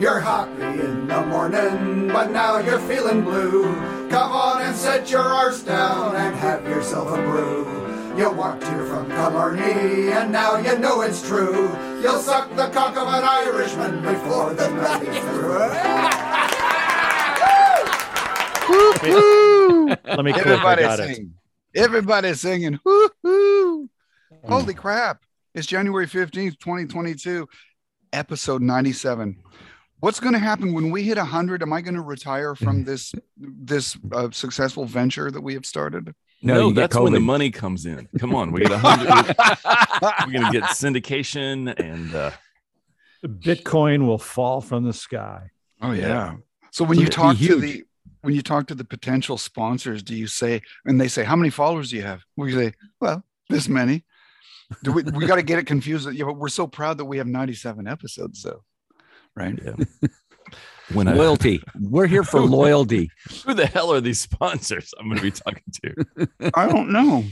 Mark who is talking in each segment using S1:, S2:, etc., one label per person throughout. S1: You're hungry in the morning, but now you're feeling blue. Come on and set your arse down and have yourself a brew. You walked here from Killarney, and now you know it's true. You'll suck the cock of an Irishman before the night is through.
S2: Let me click. I
S3: Everybody
S2: got it.
S3: singing. Everybody singing. Woo-hoo.
S2: Mm.
S3: Holy crap. It's January 15th, 2022, episode 97. What's going to happen when we hit 100? Am I going to retire from this this uh, successful venture that we have started?
S4: No,
S5: No,
S4: you get
S5: that's when the
S4: COVID.
S5: money comes in. Come on, we get a hundred. we're gonna get syndication and uh,
S2: Bitcoin will fall from the sky.
S3: Oh yeah. So when you
S4: It'd be
S3: talk to
S4: huge.
S3: the when you talk to the potential sponsors, do you say and they say how many followers do you have? We say, well, this many. Do we we got to get it confused? that- Yeah, but we're so proud that we have 97 episodes, so right?
S5: when I,
S4: Loyalty. We're here for loyalty.
S5: who the hell are these sponsors? I'm gonna be talking to.
S3: I don't know.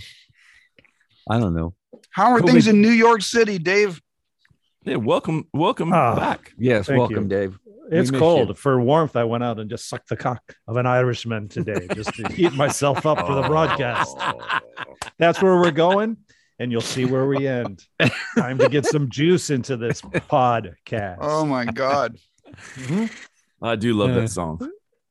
S4: I don't know.
S3: How are
S4: Who
S3: things in New York City, Dave?
S5: Yeah, welcome, welcome
S2: Ah.
S5: back.
S4: Yes,
S2: Thank
S4: welcome,
S2: you.
S4: Dave.
S2: It's
S4: miss you.
S2: cold. For warmth, I went out and just sucked the cock of an Irishman today, just to heat myself up
S3: Oh.
S2: for the broadcast. That's where we're going, and you'll see where we end. Time to get some juice into this podcast.
S3: Oh my God.
S5: I do love
S4: Yeah.
S5: that song.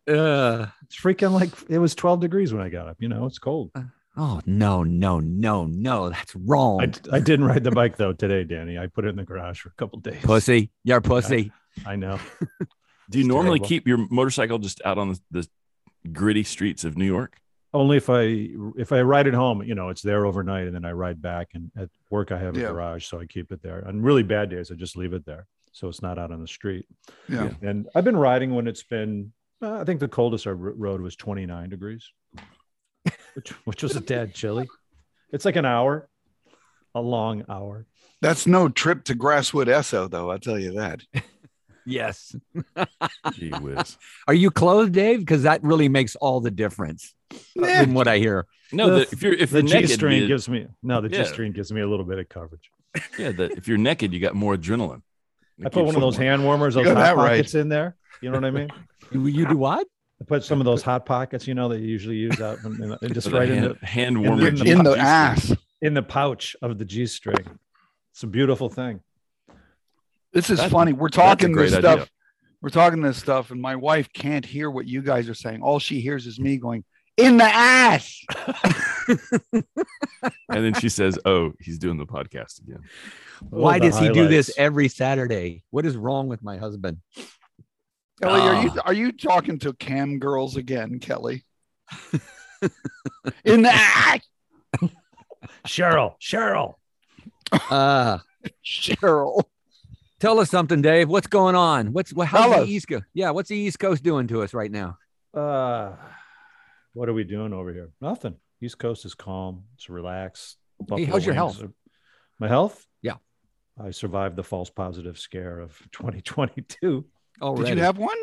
S4: Uh,
S2: It's freaking like it was 12 degrees when I got up. You know, it's cold.
S4: oh no, no, no, no. That's wrong.
S2: I, I didn't ride the bike though today, Danny. I put it in the garage for a couple days.
S4: pussy. You're pussy.
S2: I know.
S5: Do you
S2: It's
S5: normally
S2: terrible.
S5: keep your motorcycle just out on the, the gritty streets of New York?
S2: Only if I if I ride it home, you know, it's there overnight, and then I ride back. And at work, I have a
S3: Yeah.
S2: garage, so I keep it there. On really bad days, I just leave it there, so it's not out on the street.
S3: Yeah.
S2: And I've been riding when it's been. Uh, I think the coldest I r- rode was 29 degrees, which which was a tad chilly. It's like an hour, a long hour.
S3: That's no trip to Grasswood Esso, though. I'll tell you that.
S4: Yes.
S5: Gee whiz.
S4: Are you clothed, Dave? Because that really makes all the difference uh, in what I hear.
S5: No,
S2: The-
S5: the, if you're if
S2: The
S5: you're
S2: G
S5: naked,
S2: string
S5: you-
S2: gives me no. The
S5: Yeah.
S2: G string gives me a little bit of coverage.
S5: yeah, the, if you're naked, you got more adrenaline. It
S2: I put one
S5: keeps
S2: of
S5: you
S2: those
S5: warm.
S2: hand warmers, those
S3: got
S2: hot
S3: that right.
S2: pockets in there. You know what I mean?
S4: You, you do what?
S2: I put some of those hot pockets, you know, that you usually use out in, in, in- just
S5: With a
S2: right in
S5: hand,
S2: the
S5: hand
S2: the-
S5: warmer
S2: in the-
S5: G-
S3: In the
S5: G-string.
S3: ass.
S2: in the pouch of the G string. It's a beautiful thing.
S3: This is
S5: That's-
S3: funny. We're
S5: a
S3: talking this
S5: great
S3: stuff.
S5: idea.
S3: We're talking this stuff, and my wife can't hear what you guys are saying. All she hears is me going, in the ass.
S5: And then she says, "Oh, he's doing the podcast again."
S4: Why
S2: Oh, the
S4: does he do this
S2: highlights.
S4: every Saturday? What is wrong with my husband?
S3: Kelly, are you
S5: Ah.
S3: are you talking to cam girls again, Kelly? in the ass,
S2: Cheryl, Cheryl.
S4: Uh,
S3: Cheryl.
S4: tell us something, Dave. What's going on? What's what, how's
S3: Tell
S4: the
S3: us.
S4: East Coast? Yeah, what's the East Coast doing to us right now?
S2: Uh, what are we doing over here? Nothing. East Coast is calm. It's relaxed. Buffalo
S4: how's your
S2: wings
S4: health?
S2: are- my health?
S4: Yeah.
S2: I survived the false positive scare of 2022.
S4: Oh,
S3: Did you have one?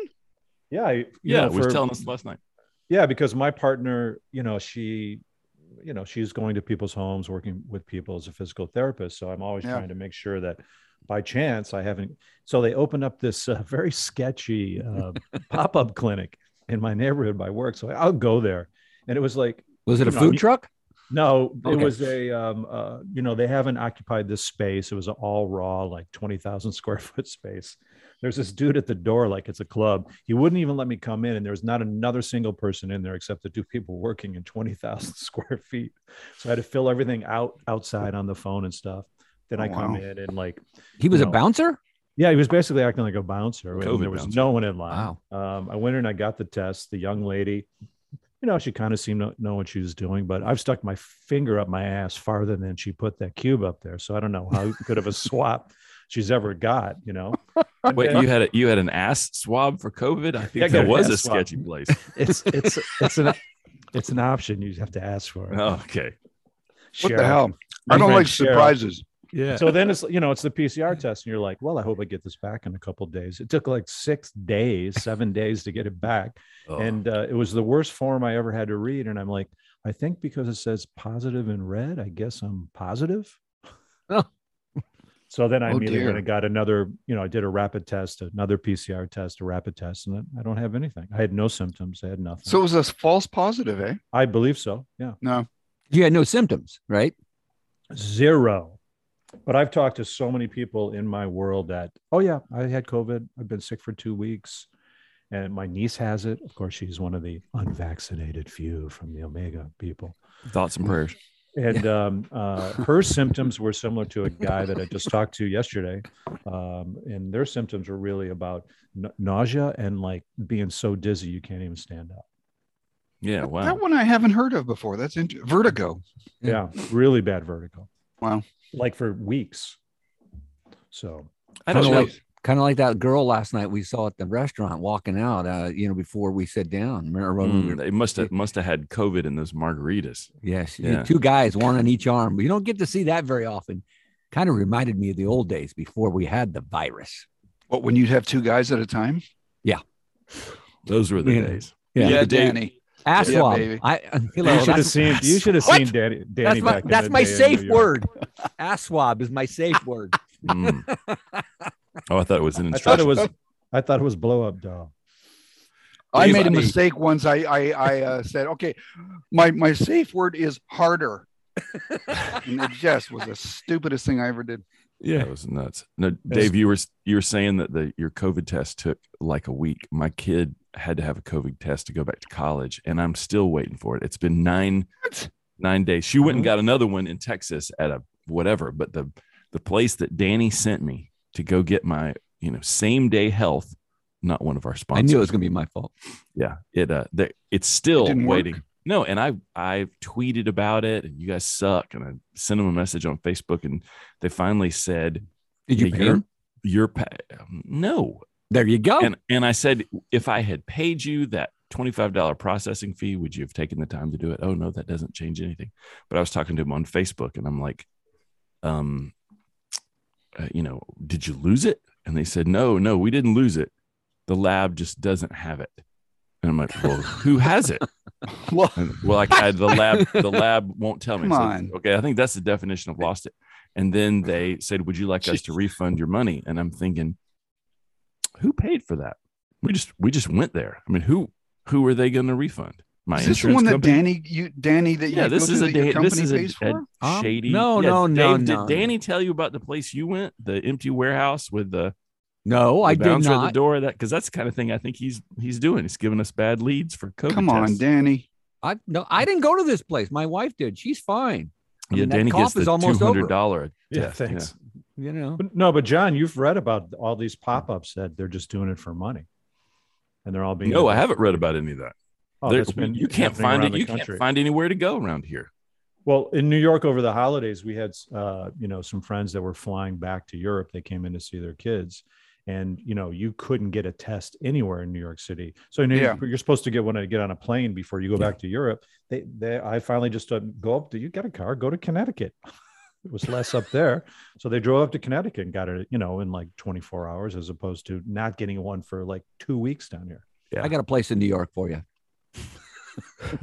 S2: Yeah. I, you
S5: Yeah,
S2: know,
S5: was
S2: for-
S5: telling us last night.
S2: Yeah, because my partner, you know, she, you know, she's going to people's homes, working with people as a physical therapist. So I'm always
S3: Yeah.
S2: trying to make sure that by chance I haven't. So they opened up this uh, very sketchy uh, pop up clinic in my neighborhood by work. So I'll go there. And it was like,
S4: was it a
S2: No,
S4: food
S2: you-
S4: truck?
S2: no, it
S4: Okay.
S2: was a, um, uh, you know, they haven't occupied this space. It was an all raw, like 20,000 square foot space. There's this dude at the door, like it's a club. He wouldn't even let me come in. And there was not another single person in there except the two people working in 20,000 square feet. So I had to fill everything out outside on the phone and stuff. Then
S3: Oh,
S2: I come
S3: wow.
S2: in and like,
S4: He was
S2: No.
S4: a bouncer.
S2: yeah, he was basically acting like a bouncer. and
S5: COVID
S2: there was
S5: bouncer.
S2: no one in line. Um, I went in and I got the test. The young lady, you know, she kind of seemed to know what she was doing, but I've stuck my finger up my ass farther than she put that cube up there. So I don't know how good of a swap she's ever got, you know. And
S5: Wait,
S2: then
S5: you had a, you had an ass swab for COVID? I
S2: Yeah, I
S5: think
S2: got
S5: that
S2: an
S5: was
S2: ass
S5: a
S2: swab.
S5: sketchy place.
S2: it's it's it's an it's an option you have to ask for.
S5: Oh, okay.
S3: What
S2: Cheryl.
S3: the hell? I
S2: My
S3: don't
S2: friend
S3: like
S2: Cheryl.
S3: surprises.
S4: Yeah.
S2: So then it's you know it's the PCR test, and you're like, well, I hope I get this back in a couple days. It took like six days, seven days to get it back.
S5: Oh.
S2: and uh, it was the worst form I ever had to read. And I'm like, I think because it says positive in red, I guess I'm positive.
S4: Oh.
S2: So then I
S3: Oh,
S2: immediately went
S3: dear.
S2: and got another, you know, I did a rapid test, another PCR test, a rapid test, and I don't have anything. I had no symptoms. I had nothing.
S3: So it was a false positive, eh?
S2: I believe so. Yeah.
S3: No.
S4: You had no symptoms, right?
S2: Zero. But I've talked to so many people in my world that, oh, yeah, I had COVID. I've been sick for two weeks. And my niece has it. Of course, she's one of the unvaccinated few from the Omega people.
S5: Thoughts and prayers.
S2: and um, uh, her symptoms were similar to a guy that I just talked to yesterday, um, and their symptoms were really about n- nausea and like being so dizzy you can't even stand up.
S5: Yeah. Oh, Wow.
S3: That one I haven't heard of before. That's int- vertigo.
S2: Yeah, really bad vertigo.
S3: Wow.
S2: Like for weeks. So
S5: I don't know.
S4: like- Kind of like that girl last night we saw at the restaurant walking out, uh, you know, before we sat down. Remember when we
S5: Mm,
S4: were-
S5: it must have must have had COVID in those margaritas.
S4: Yes, you-
S5: Yeah.
S4: two guys, one on each arm. You don't get to see that very often. Kind of reminded me of the old days before we had the virus.
S3: What when you'd have two guys at a time?
S5: Those were the
S4: Yeah.
S5: days.
S4: Yeah.
S5: Yeah, Dave.
S3: Danny. Yeah,
S4: Aswab.
S3: baby.
S4: I hello,
S2: you should have
S4: that's-
S2: seen. You should have
S4: What?
S2: seen Danny. Danny
S4: that's my
S2: back in
S4: that's
S2: the
S4: my
S2: day in
S4: safe
S2: New York.
S4: word. Aswab is my safe word.
S5: Mm. oh, I thought it was an
S2: I thought
S5: instruction.
S2: it was. I thought it was blow up doll.
S3: I
S5: Please,
S3: made a
S5: Andy.
S3: mistake once. I I, I uh, said, okay, my my safe word is harder. and it just was the stupidest thing I ever did.
S5: Yeah, it was nuts. No, Dave, you were you were saying that the your COVID test took like a week. My kid had to have a COVID test to go back to college, and I'm still waiting for it. It's been nine
S3: What?
S5: nine days. She went and got another one in Texas at a whatever, but the the place that Danny sent me to go get my you know same day health, not one of our
S4: I
S5: sponsors.
S4: knew it was gonna be my fault.
S5: yeah it uh they, it's still
S3: didn't
S5: waiting
S3: work?
S5: no and i i tweeted about it and you guys suck and i sent them a message on facebook and they finally said
S4: Did you
S5: "Yeah,
S4: pay
S5: you're,
S4: him?
S5: you're pa- um, no
S4: There you go.
S5: and and i said if i had paid you that $25 processing fee would you have taken the time to do it oh no that doesn't change anything but i was talking to him on facebook and i'm like um uh, you know did you lose it and they said no no we didn't lose it the lab just doesn't have it and i'm like well who has it
S3: Well,
S5: and, well, I, I, the lab, the lab won't tell me.
S3: Come
S5: So,
S3: on.
S5: okay, I think that's the definition of lost it. And then they said, "Would you like us to refund your money?" And I'm thinking, who paid for that? We just we just went there. I mean, who who are they going to refund? My
S3: is this the
S5: insurance
S3: one that
S5: company.
S3: Danny you Danny that you
S5: yeah,
S3: go
S5: this
S3: to
S5: is a
S3: that your
S5: da- this
S3: company
S5: is
S3: pays
S5: a,
S3: for?
S5: a
S4: Um,
S5: shady.
S4: no,
S5: yeah,
S4: no, no,
S5: Dave,
S4: no.
S5: Did Danny tell you about the place you went, the empty warehouse with the,
S4: no,
S5: the
S4: I did
S5: bouncer at the
S4: not.
S5: door? That because that's the kind of thing I think he's he's doing. He's giving us bad leads for COVID.
S3: Come on,
S5: tests.
S3: Danny.
S4: I no, I didn't go to this place. My wife did. She's fine. I
S5: yeah,
S4: mean, that
S5: Danny
S4: cough
S5: gets the
S4: is almost
S5: two
S4: over.
S5: hundred dollar. uh,
S2: Yeah, thanks.
S4: You know.
S2: But, no, but John, you've read about all these pop ups that they're just doing it for money, and they're all being
S5: No, I haven't read about any of that.
S2: Oh,
S5: There-
S2: that's been
S5: you can't
S2: happening
S5: find
S2: around
S5: it.
S2: the
S5: You
S2: country.
S5: can't find anywhere to go around here.
S2: Well, in New York over the holidays, we had uh, you know some friends that were flying back to Europe. They came in to see their kids, and you know you couldn't get a test anywhere in New York City. So you know,
S3: Yeah.
S2: you're supposed to get one to get on a plane before you go back to Europe. They, they I finally just uh, go up. To, you got a car? Go to Connecticut. it was less up there, so they drove up to Connecticut and got it. You know, in like 24 hours, as opposed to not getting one for like two weeks down here.
S5: Yeah.
S4: I got a place in New York for you.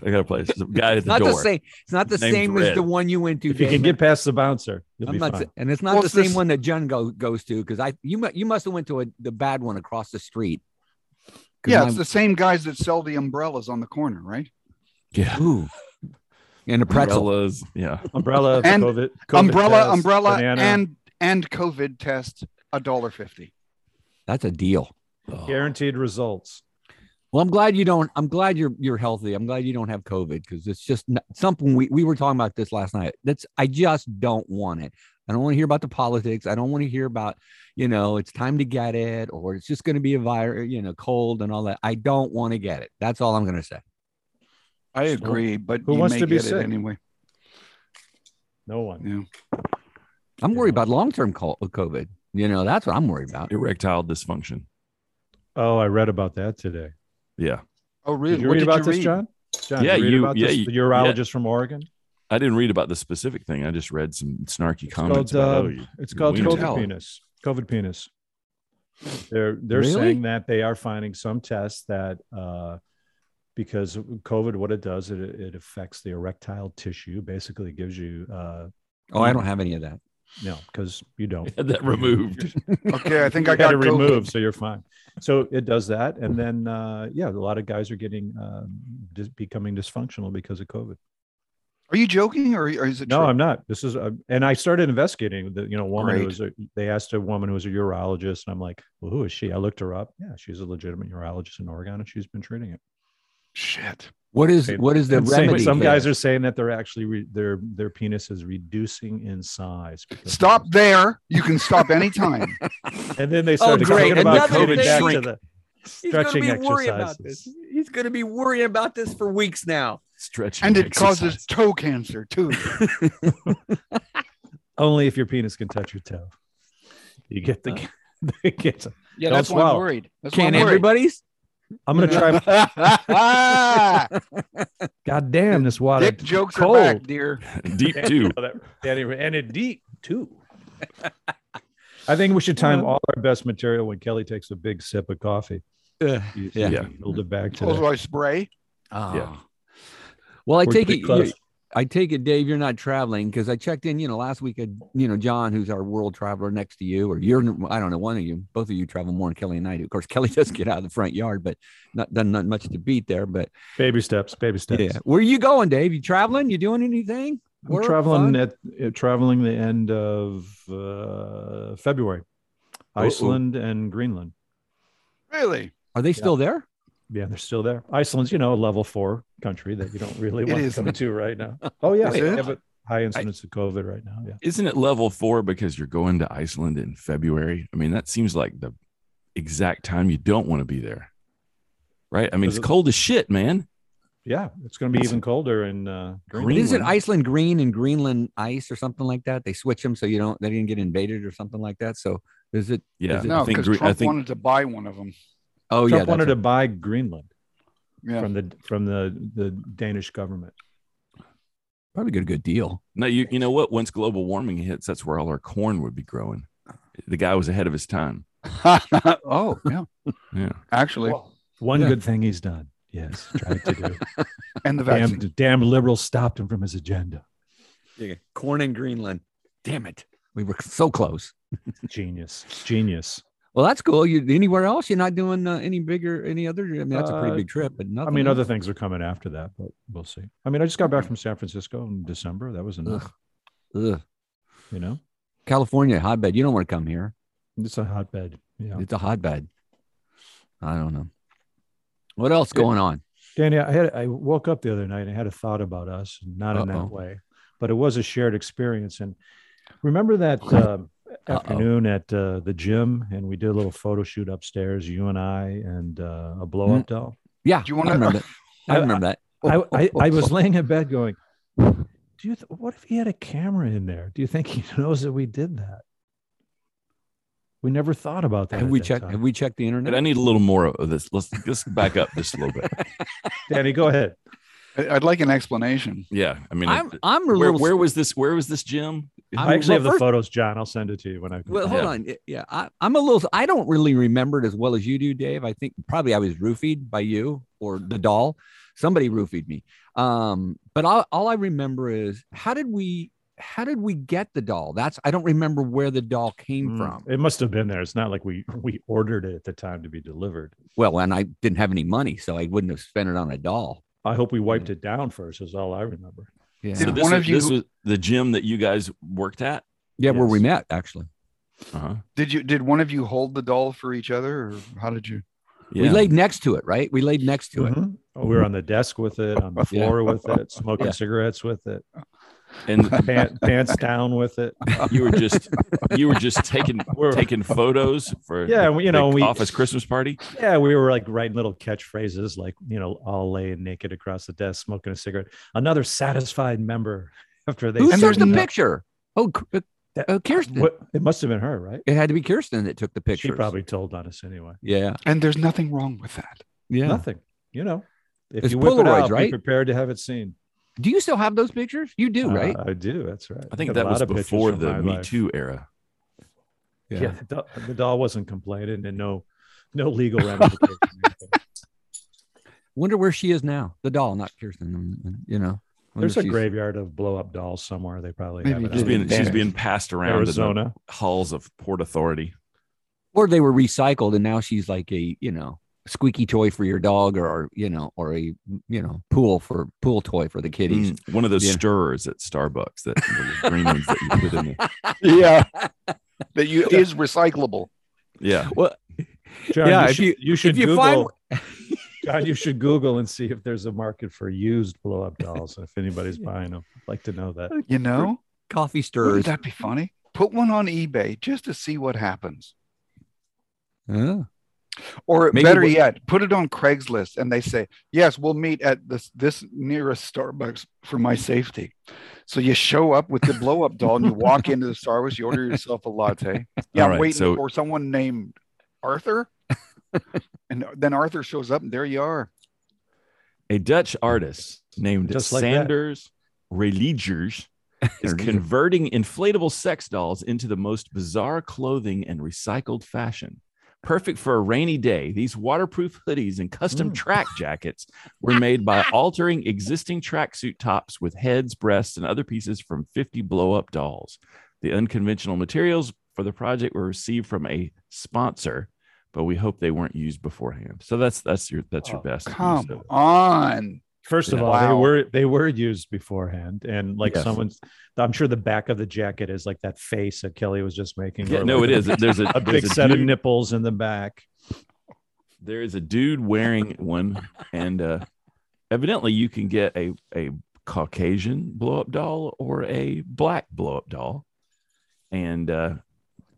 S5: I got a place. There's a guy at
S4: It's
S5: the
S4: not
S5: door.
S4: the same. It's not the
S5: Name's
S4: same as
S5: Red.
S4: the one you went to.
S2: If you can
S4: Dave.
S2: get past the bouncer, you'll
S4: I'm
S2: be
S4: not,
S2: fine.
S4: sa- and it's not
S3: Well,
S4: the
S3: it's this-
S4: same one that Jen go, goes to because I you mu- you must have went to a, the bad one across the street. 'Cause
S3: Yeah,
S4: mine-
S3: it's the same guys that sell the umbrellas on the corner, right?
S5: Yeah.
S4: ooh, and a pretzel.
S5: Umbrellas. Yeah.
S2: umbrella
S3: And
S2: COVID, COVID
S3: umbrella,
S2: test,
S3: umbrella,
S2: banana.
S3: and and COVID test a dollar fifty.
S4: That's a deal.
S5: Oh.
S2: guaranteed results.
S4: Well, I'm glad you don't. I'm glad you're you're healthy. I'm glad you don't have COVID because it's just not, something we we were talking about this last night. That's I just don't want it. I don't want to hear about the politics. I don't want to hear about you know it's time to get it or it's just going to be a virus, you know, cold and all that. I don't want to get it. That's all I'm going to say.
S3: I
S2: Sure.
S3: agree, but
S2: Who
S3: you
S2: wants
S3: may
S2: to be
S3: get it
S2: sick?
S3: anyway.
S2: No one.
S3: Yeah.
S4: I'm worried
S2: Yeah.
S4: about long term COVID. You know, that's what I'm worried about.
S5: Erectile dysfunction.
S2: Oh, I read about that today.
S5: Yeah.
S3: Oh, really?
S2: Did you
S3: What
S2: read
S3: did
S2: about
S3: you
S2: this,
S3: read?
S2: John? John,
S5: Yeah,
S2: did read
S5: you-
S2: about
S5: yeah,
S2: this?
S5: you-
S2: the urologist from Oregon.
S5: I didn't read about the specific thing. I just read some snarky
S2: It's
S5: comments
S2: called,
S5: about
S2: uh,
S5: oh, you-
S2: It's
S5: your
S2: called
S5: wiener
S2: COVID
S5: towel.
S2: penis. COVID penis. They're they're
S4: Really?
S2: saying that they are finding some tests that uh, because of COVID, what it does, it, it affects the erectile tissue. Basically, it gives you uh,
S4: Oh, I don't have any of that.
S2: No, because you don't.
S5: Had that removed.
S3: Okay, I think I
S2: I got
S3: got
S2: to
S3: COVID.
S2: remove, so you're fine. So it does that, and then uh, yeah, a lot of guys are getting uh, dis- becoming dysfunctional because of COVID.
S3: Are you joking or, or is it
S2: No,
S3: true?
S2: I'm not. This is, uh, and I started investigating the, you know, woman who
S3: Great.
S2: was, a, they asked a woman who was a urologist, and I'm like, well, who is she? I looked her up. Yeah, she's a legitimate urologist in Oregon, and she's been treating it.
S3: Shit.
S4: What is
S2: Insane.
S4: what is the
S2: And saying-
S4: remedy?
S2: some
S4: there?
S2: guys are saying that they're actually re- their their penis is reducing in size. because of
S3: Stop
S2: this.
S3: there. You can stop anytime.
S2: And then they started
S4: great.
S2: talking about
S4: Another
S2: COVID
S4: thing-
S2: back to
S4: Shrink.
S2: the
S6: He's going to
S2: stretching
S6: be worrying about
S2: exercises.
S6: this. He's going to be worrying about this for weeks now.
S5: Stretching.
S3: and it causes
S5: exercise.
S3: toe cancer too.
S2: only if your penis can touch your toe. You get the. it gets-
S3: Yeah,
S2: Don't
S3: that's why I'm
S2: swallow.
S3: worried. That's
S4: Can
S3: why I'm worried.
S4: everybody's?
S2: I'm gonna try.
S3: ah,
S2: God damn, this water.
S3: dick jokes
S2: cold.
S3: are back, dear.
S5: deep too.
S2: And it, and it deep too. I think we should time all our best material when Kelly takes a big sip of coffee. You-
S4: yeah.
S2: you Build it back to.
S3: Also,
S2: that.
S3: I spray.
S4: Ah. Well, I
S2: We're
S4: take
S2: pretty
S4: it.
S2: close.
S4: you- I take it, Dave. You're not traveling because I checked in. You know, last week, I, you know, John, who's our world traveler next to you, or you're, I don't know, one of you, both of you travel more than Kelly and I do. Of course, Kelly does get out of the front yard, but not done not much to beat there. But
S2: Baby steps, baby steps.
S4: yeah, where you going, Dave? You traveling? You doing anything?
S2: We're
S4: Work,
S2: traveling
S4: fun?
S2: at uh, traveling the end of uh, February,
S4: Uh-oh.
S2: Iceland and Greenland.
S3: Really?
S4: Are they still there?
S2: Yeah, they're still there. Iceland's, you know, a level four country that you don't really
S3: It
S2: want to
S3: is.
S2: come to right now. Oh yeah,
S3: Is
S2: they
S3: it?
S2: have a high incidence of COVID right now. Yeah,
S5: Isn't it level four because you're going to Iceland in February? I mean, that seems like the exact time you don't want to be there. Right? I mean, it's
S2: Is it-
S5: cold as shit, man.
S2: yeah, it's going to be even colder in uh,
S4: But
S2: Greenland.
S4: Isn't
S5: Greenland.
S4: Iceland green and Greenland ice or something like that? They switch them so you don't they didn't get invaded or something like that. So is it?
S5: Yeah.
S4: Is it-
S3: No,
S5: I think,
S3: because
S5: Gre- I
S3: Trump
S5: think
S3: wanted to buy one of them.
S4: Oh
S2: Trump
S4: yeah,
S2: wanted
S4: that's
S2: to
S4: it.
S2: buy Greenland
S3: Yeah.
S2: from the from the the Danish government.
S4: probably get a good deal.
S5: no, you you know what? Once global warming hits, that's where all our corn would be growing.
S2: Ah.
S5: The guy was ahead of his time.
S3: oh, yeah.
S5: Yeah.
S2: Hmm.
S3: Actually,
S2: One
S4: Yeah.
S2: good thing he's done. Yes, tried to do.
S3: and the
S2: damn,
S3: vaccine.
S2: damn liberals stopped him from his agenda.
S4: Corn in Greenland. Damn it, we were so close.
S2: Genius, genius.
S4: Well, that's cool. You anywhere else? You're not doing uh, any bigger, any other? I mean, that's a pretty
S2: Uh,
S4: big trip, but
S2: I
S4: nothing.
S2: mean,
S4: else.
S2: other things are coming after that, but we'll see. I mean, I just got back from San Francisco in December. That was enough,
S4: Ugh.
S2: you know.
S4: California hotbed. You don't want to come here.
S2: It's a hotbed. Yeah.
S4: It's a hotbed. I don't know. What else going on?
S2: Danny, I had I woke up the other night and I had a thought about us, not in
S4: Uh-oh.
S2: that way, but it was a shared experience. And remember that uh, afternoon at uh, the gym, and we did a little photo shoot upstairs, you and I, and uh, a blow
S4: Mm.
S2: up doll.
S4: Yeah,
S3: Do you wanna-
S4: I remember that. I
S2: I-
S4: remember that.
S2: I, I, I was laying in bed going, "Do you? Th- what if he had a camera in there? Do you think he knows that we did that? We never thought about that.
S4: Have
S2: at
S4: we
S2: that
S4: checked?
S2: time.
S4: Have we checked the internet?
S5: But I need a little more of this. Let's just back up just a little bit.
S2: Danny, go ahead.
S3: I- I'd like an explanation.
S5: Yeah. I mean,
S4: I'm I'm a
S5: where,
S4: little.
S5: where was this? Where was this gym?
S4: I'm-
S2: I actually
S4: well,
S2: have the
S4: first-
S2: photos, John. I'll send it to you when I. come
S4: Well,
S2: back.
S4: hold
S5: Yeah.
S4: on. Y- Yeah, I, I'm a little. I don't really remember it as well as you do, Dave. I think probably I was roofied by you or the doll. Somebody roofied me. Um, but all, all I remember is how did we how did we get the doll? That's I don't remember where the doll came
S2: Mm,
S4: from.
S2: It must have been there. It's not like we we ordered it at the time to be delivered.
S4: Well, and I didn't have any money, so I wouldn't have spent it on a doll.
S2: I hope we wiped it down first. Is all I remember.
S4: Yeah,
S5: So
S3: Did
S5: this,
S3: one
S5: was-
S3: of you-
S5: this was the gym that you guys worked at.
S4: yeah, where we
S2: Yes.
S4: met actually.
S5: Uh-huh.
S3: Did you? Did one of you hold the doll for each other, or how did you?
S4: We
S5: Yeah.
S4: laid next to it, right? We laid next to it.
S2: Mhm. We were on the desk with it, on the
S4: Yeah.
S2: floor with it, smoking
S4: Yeah.
S2: cigarettes with it,
S5: and
S2: pant, pants down with it.
S5: you were just you were just taking
S2: We're-
S5: taking photos for
S2: Yeah,
S5: the
S2: you know,
S5: big
S2: we-
S5: office Christmas party.
S2: Yeah, we were like writing little catchphrases, like you know, all laying naked across the desk, smoking a cigarette. Another satisfied member after they.
S4: Who
S3: And
S4: took
S3: there's
S4: the
S3: no-
S4: picture? Oh, K- uh,
S2: That-
S4: uh, Kirsten.
S2: What, it must have been her, right?
S4: It had to be Kirsten that took the picture.
S2: She probably told on us anyway.
S4: Yeah.
S3: And there's nothing wrong with that.
S4: Yeah.
S2: Nothing, you know. If
S4: It's
S2: you whip it
S4: Polaroids,
S2: out,
S4: right?
S2: be prepared to have it seen.
S4: Do you still have those pictures? You do,
S2: Uh,
S4: right?
S2: I do. That's right.
S5: I think
S2: Got a
S5: that
S2: lot
S5: was
S2: of pictures
S5: before
S2: from
S5: the
S2: my
S5: Me
S2: life.
S5: Too era.
S2: Yeah, the, doll, the doll wasn't complaining, and no, no legal ramifications.
S4: Wonder where she is now. The doll, not Kirsten. mm, You know, wonder
S2: There's a
S4: if she's-
S2: graveyard of blow up dolls somewhere. They probably
S3: Maybe
S2: have it
S5: She's
S2: out
S5: being
S2: in
S5: she's
S2: Paris.
S5: being passed around in the
S2: Arizona.
S5: halls of Port Authority.
S4: Or they were recycled, and now she's like a you know squeaky toy for your dog, or you know, or a you know pool for pool toy for the kitties.
S5: Mm, one of those
S4: Yeah.
S5: stirrers at Starbucks that the green ones that you put in the
S3: yeah, that you is recyclable.
S5: yeah.
S4: Well,
S2: John,
S4: Yeah,
S2: you
S4: if
S2: should,
S4: you-
S2: you, should
S4: you
S2: Google.
S4: find-
S2: John, you should Google and see if there's a market for used blow up dolls. If anybody's buying them, I'd like to know that.
S3: You know,
S4: coffee stirrers.
S3: wouldn't that be funny? Put one on eBay just to see what happens.
S4: Huh?
S3: Or
S4: Maybe
S3: better
S4: what-
S3: yet, put it on Craigslist and they say, "Yes, we'll meet at this this nearest Starbucks for my safety." So you show up with the blow up doll and you walk into the Starbucks, you order yourself a latte. Yeah,
S5: All
S3: I'm
S5: right,
S3: waiting
S5: so-
S3: for someone named Arthur. and then Arthur shows up and there you are.
S5: A Dutch artist named
S2: Just like that.
S5: Sanders Religers is
S4: Religier.
S5: converting inflatable sex dolls into the most bizarre clothing and recycled fashion. Perfect for a rainy day, these waterproof hoodies and custom
S2: Mm.
S5: track jackets were made by altering existing tracksuit tops with heads, breasts, and other pieces from 50 blow up dolls. The unconventional materials for the project were received from a sponsor, but we hope they weren't used beforehand. So that's that's your that's your
S2: Oh,
S5: best. use of
S3: Come
S5: it.
S3: on.
S2: First of
S5: Yeah.
S2: all, they
S3: Wow.
S2: were they were used beforehand, and like
S5: Yes.
S2: someone's, I'm sure the back of the jacket is like that face that Kelly was just making.
S5: Yeah,
S2: where,
S5: no,
S2: like,
S5: it is. There's a,
S2: A
S5: there's
S2: big
S5: a
S2: set of
S5: dude-
S2: nipples in the back.
S5: there is a dude wearing one, and uh, evidently you can get a a Caucasian blow up doll or a black blow up doll, and uh,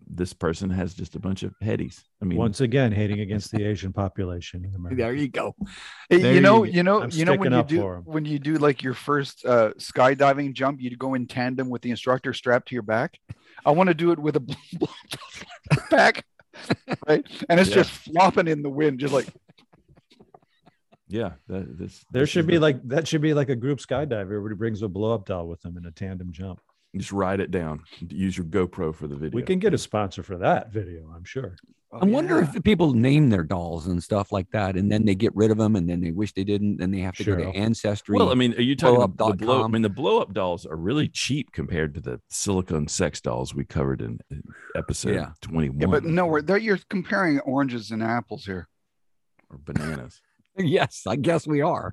S5: this person has just a bunch of headies. I mean,
S2: Once again, hating against the Asian population in America.
S4: There you go.
S3: Hey,
S2: There
S3: you know,
S2: you
S3: you know,
S2: I'm
S3: you know
S2: sticking
S3: when you
S2: up
S3: do
S2: for 'em.
S3: when you do like your first uh, skydiving jump, you go in tandem with the instructor strapped to your back. I want to do it with a bl- bl- back, right? And it's
S5: Yeah.
S3: just flopping in the wind, just like
S5: yeah, that, this
S2: There
S5: this
S2: should
S5: is
S2: be
S5: the-
S2: like that should be like a group skydive. Everybody brings a blow up doll with them in a tandem jump.
S5: just write it down. Use your GoPro for the video.
S2: We can get a sponsor for that video, I'm sure.
S3: oh,
S4: I wonder
S3: yeah.
S4: if the people name their dolls and stuff like that, and then they get rid of them, and then they wish they didn't, and they have to go
S2: Cheryl.
S4: to ancestry.
S5: Well, I mean, are you talking about the blow? I
S4: blowup.com.
S5: mean, the blow up dolls are really cheap compared to the silicone sex dolls we covered in in episode
S4: Yeah.
S5: twenty one.
S3: Yeah, but no, we're there. You're comparing oranges and apples here.
S5: or bananas.
S4: yes, I guess we are.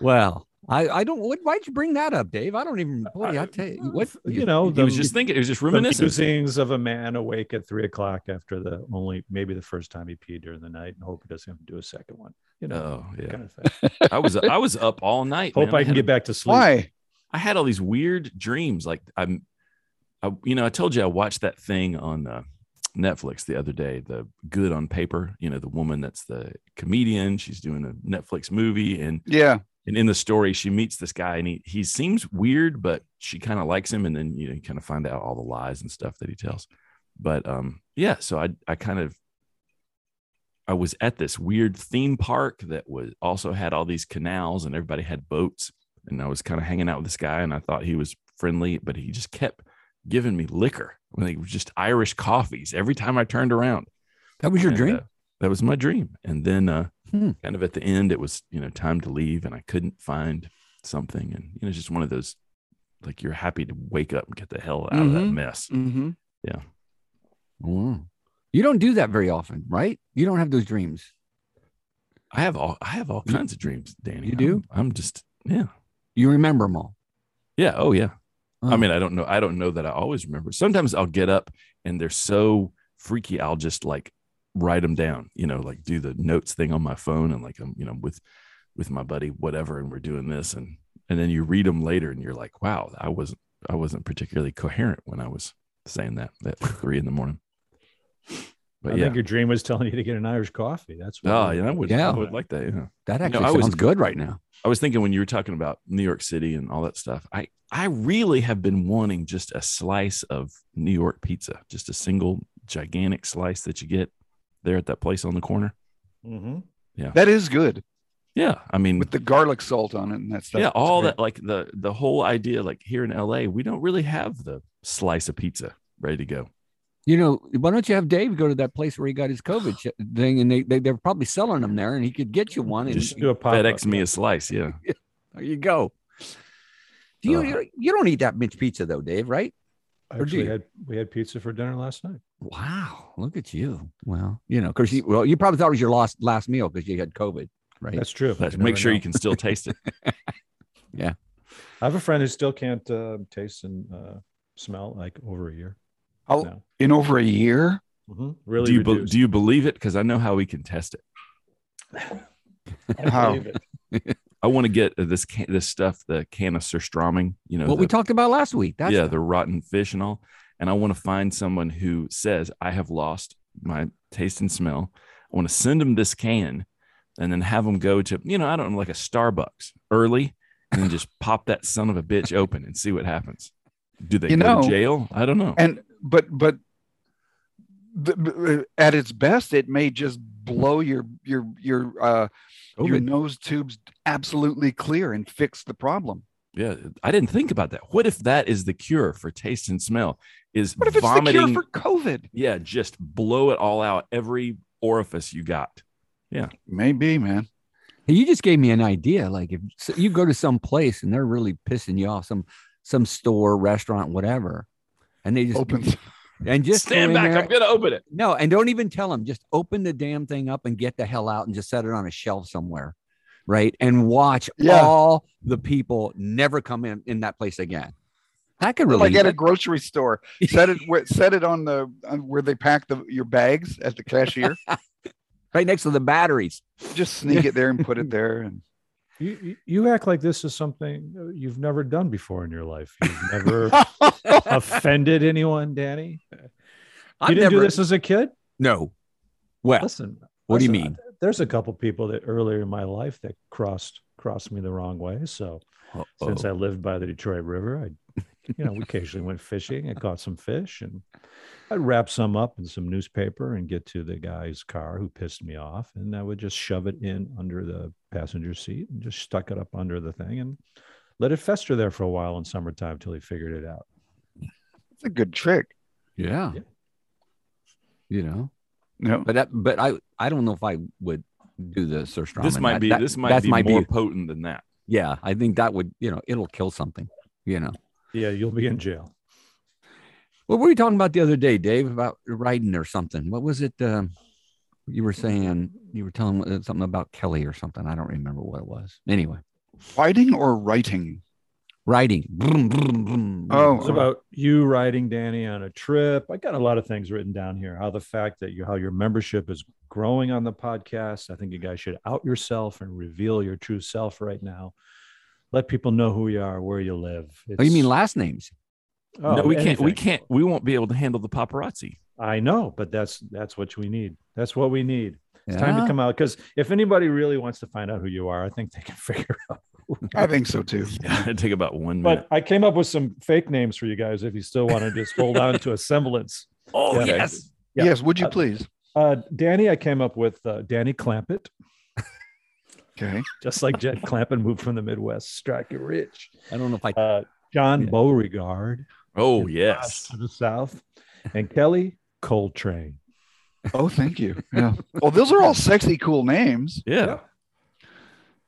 S4: well, I I don't. What, why'd you bring that up, Dave? I don't even. Boy, I tell you what.
S2: you know,
S5: he
S2: the,
S5: was just thinking. He was just
S2: the
S5: reminiscing.
S2: musings of a man awake at three o'clock after the only maybe the first time he peed during the night, and hope he doesn't have to do a second one. You know,
S5: Oh yeah,
S2: kind of thing.
S5: I was I was up all night.
S2: Hope
S5: man.
S2: I can
S5: had,
S2: get back to sleep.
S3: Why?
S5: I had all these weird dreams. Like I'm, I, you know, I told you I watched that thing on uh, Netflix the other day, the Good on Paper. You know, the woman that's the comedian. She's doing a Netflix movie, and
S3: Yeah,
S5: and in the story she meets this guy and he he seems weird but she kind of likes him and then you know you kind of find out all the lies and stuff that he tells but um yeah so i i kind of i was at this weird theme park that was also had all these canals and everybody had boats and i was kind of hanging out with this guy and i thought he was friendly but he just kept giving me liquor like just irish coffees every time i turned around
S4: that was your
S5: and,
S4: dream.
S5: uh, that was my dream. And then uh
S4: Hmm.
S5: kind of at the end it was, you know, time to leave and I couldn't find something. And you know, it's just one of those like you're happy to wake up and get the hell out of that
S3: Mhm.
S5: mess.
S3: mm-hmm.
S4: Wow. You don't do that very often, right? You don't have those dreams.
S5: I have all I have all kinds of dreams, Danny.
S4: You
S5: I'm-
S4: do?
S5: I'm, just yeah.
S4: You remember them all.
S5: Yeah. Oh yeah. I
S2: Mm.
S4: Oh.
S5: mean, I don't know. I don't know that I always remember. Sometimes I'll get up and they're so freaky, I'll just like write them down, you know, like do the notes thing on my phone and like I'm, you know, with with my buddy, whatever, and we're doing this and and then you read them later and you're like, wow, I wasn't I wasn't particularly coherent when I was saying that at three in the morning. But
S2: I
S5: yeah.
S2: think your dream was telling you to get an Irish coffee. That's what
S5: Oh, yeah, I would,
S4: Yeah.
S5: I would like that. Yeah.
S4: That
S5: you know,
S4: actually
S5: I was-
S4: sounds good right now.
S5: I was thinking when you were talking about New York City and all that stuff, I I really have been wanting just a slice of New York pizza, just a single gigantic slice that you get there at that place on the corner.
S2: Mhm.
S3: that is good
S5: Yeah, I mean,
S3: with the garlic salt on it and that stuff.
S5: yeah,
S3: It's
S5: all
S3: great.
S5: that like the the whole idea like here in LA, we don't really have the slice of pizza ready to go.
S4: you know, why don't you have Dave go to that place where he got his COVID sh- thing, and they, they they're probably selling them there, and he could get you one. And
S5: Just
S2: Do a pop
S5: FedEx me a slice. Yeah.
S4: there you go. Do you,
S5: Uh.
S4: you you don't eat that much pizza though, Dave? Right? or do
S2: Actually,
S4: you?
S2: had we had pizza for dinner last night.
S4: Wow, look at you. Well, you know, because you well, you probably thought it was your last last meal because you had COVID, right?
S2: That's true.
S5: But
S2: You
S5: make
S2: never
S5: sure
S2: know.
S5: you can still taste it.
S2: I have a friend who still can't uh, taste and uh, smell like over a year.
S3: Oh.
S2: now.
S3: in over a year.
S2: Mhm. really?
S5: Do you, be,
S2: reduced.
S5: do you believe it? Because I know how we can test it.
S3: How?
S2: I believe it.
S5: I want to get this can, this stuff, the canister stroming, you know,
S4: what we
S5: the-
S4: talked about last week. That's
S5: yeah, the rotten fish and all. And I want to find someone who says I have lost my taste and smell. I want to send them this can, and then have them go to you know I don't know like a Starbucks early, and then just pop that son of a bitch open and see what happens. Do they
S3: You
S5: go to
S3: know,
S5: jail? I don't know.
S3: And but but the, b- uh, at its best, it may just blow your your your uh your
S4: COVID.
S3: nose tubes absolutely clear and fix the problem.
S5: yeah, I didn't think about that. What if that is the cure for taste and smell? Is
S3: What if it's
S5: vomiting?
S3: the cure for COVID?
S5: yeah, just blow it all out every orifice you got.
S3: Maybe, man.
S4: Hey, you just gave me an idea. Like if so you go to some place and they're really pissing you off, some some store, restaurant, whatever, and they just
S3: Open.
S4: and just go
S5: stand
S4: in
S5: back.
S4: there-
S5: I'm gonna open it.
S4: No, and don't even tell them. Just open the damn thing up and get the hell out and just set it on a shelf somewhere, right? And watch
S3: Yeah.
S4: all the people never come in in that place again. That could really
S3: like at a grocery store. Set it where, set it on the on where they pack the your bags at the cashier.
S4: right next to the batteries.
S3: Just sneak it there and put it there. And
S2: You, you- you act like this is something you've never done before in your life. You've never offended anyone, Danny.
S4: I've
S2: you didn't
S4: never
S2: do this as a kid.
S4: no. Well,
S2: Listen,
S4: what do you
S2: listen,
S4: mean?
S2: there's a couple people that earlier in my life that crossed crossed me the wrong way. So
S5: Oh.
S2: since I lived by the Detroit River, I, you know, we occasionally went fishing. I caught some fish, and I'd wrap some up in some newspaper and get to the guy's car who pissed me off, and I would just shove it in under the passenger seat and just stuck it up under the thing and let it fester there for a while in summertime till he figured it out.
S3: it's a good trick.
S4: Yeah.
S2: Yeah.
S4: You know,
S3: No,
S4: but that, but I, I don't know if I would do the search.
S5: this might be this might be more potent than that.
S4: yeah. I think that would you know it'll kill something. You know.
S2: Yeah, you'll be in jail.
S4: What were you talking about the other day, Dave? About riding or something? What was it? Um, you were saying you were telling uh, something about Kelly or something. I don't remember what it was. Anyway,
S3: writing or writing.
S4: riding. Vroom, vroom, vroom.
S3: Oh,
S2: It's about you riding Danny on a trip. I got a lot of things written down here. How the fact that you how your membership is growing on the podcast. I think you guys should out yourself and reveal your true self right now. Let people know who you are, where you live.
S4: Oh, you mean
S2: It's-
S4: last names?
S2: Oh,
S5: no, we can't. We
S2: anything.
S5: can't. We won't be able to handle the paparazzi.
S2: I know, but that's that's what we need. That's what we need. It's time
S4: Yeah.
S2: to come out because if anybody really wants to find out who you are, I think they can figure out.
S3: I think so too.
S5: Yeah, it'd take about one minute.
S2: But I came up with some fake names for you guys if you still want to just hold on to a semblance.
S5: oh
S2: yeah.
S5: yes,
S2: Yeah.
S3: Yes, would you
S2: Uh,
S3: please?
S2: Uh, Danny, I came up with uh, Danny Clampett.
S3: Okay.
S2: just like Jed Clampett moved from the Midwest, strike it rich.
S4: I don't know if I.
S2: Uh, John
S4: Yeah.
S2: Beauregard
S5: oh
S2: and
S5: yes.
S2: to the south, and Kelly Coltrane.
S3: Oh, thank you. Yeah. Well, those are all sexy, cool names.
S5: Yeah,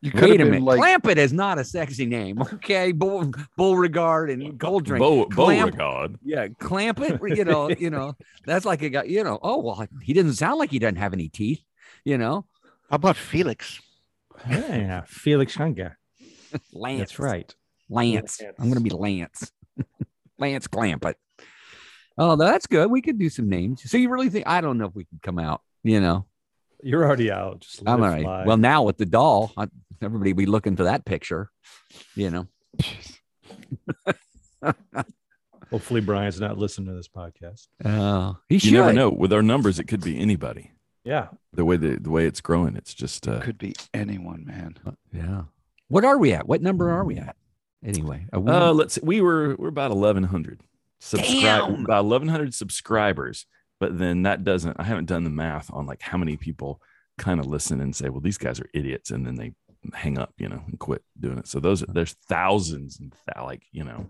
S3: You could have
S4: Wait a
S3: been
S4: minute.
S3: like
S4: Clampett is not a sexy name. Okay, Bull, Beauregard and Goldrake.
S5: Bo-
S4: Clamp-
S5: Beauregard.
S4: Yeah, Clampett. You know, you know, that's like a guy. You know, oh well, he doesn't sound like he doesn't have any teeth. You know,
S3: how about Felix?
S2: Yeah, Felix Hunger.
S4: Lance.
S2: That's right.
S4: Lance.
S2: Lance.
S4: I'm going to be Lance. Lance Clampett. Oh, no, that's good. We could do some names. So you really think I don't know if we could come out? You know,
S2: You're already out. Just let
S4: I'm
S2: it
S4: all right.
S2: fly.
S4: Well, now with the doll, I, everybody be looking for that picture. You know,
S2: hopefully Brian's not listening to this podcast.
S4: uh, he
S5: You
S4: should.
S5: never know. With our numbers, it could be anybody.
S2: Yeah,
S5: The way the, the way it's growing, it's just uh,
S3: Could be anyone, man.
S4: Yeah. What are we at? What number are we at? Anyway, are we-
S5: Uh, let's. See. We were we're about eleven hundred subscribers.
S4: Damn.
S5: About eleven hundred subscribers. But then that doesn't. I haven't done the math on like how many people kind of listen and say, "Well, these guys are idiots," and then they hang up, you know, and quit doing it. So those there's thousands and thou- like you know,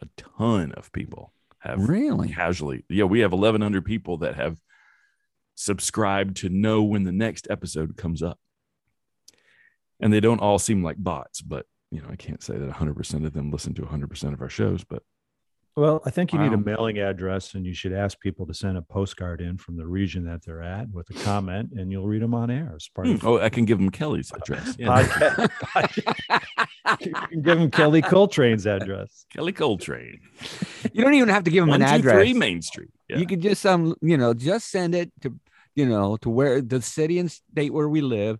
S5: a ton of people have
S4: Really?
S5: casually. Yeah, we have 1,100 people that have subscribed to know when the next episode comes up. And they don't all seem like bots, but you know, I can't say that 100% of them listen to 100% of our shows, but
S2: Well, I think you need a
S5: Wow.
S2: mailing address and you should ask people to send a postcard in from the region that they're at with a comment and you'll read them on air as part
S5: Hmm,
S2: of
S5: oh, I can give them Kelly's address. Yeah,
S2: podcast. you can give them Kelly Coltrane's address.
S5: Kelly Coltrane.
S4: You don't even have to give them
S5: One,
S4: an
S5: two,
S4: address.
S5: three Main Street. Yeah.
S4: You could just um, you know, just send it to you know to where the city and state where we live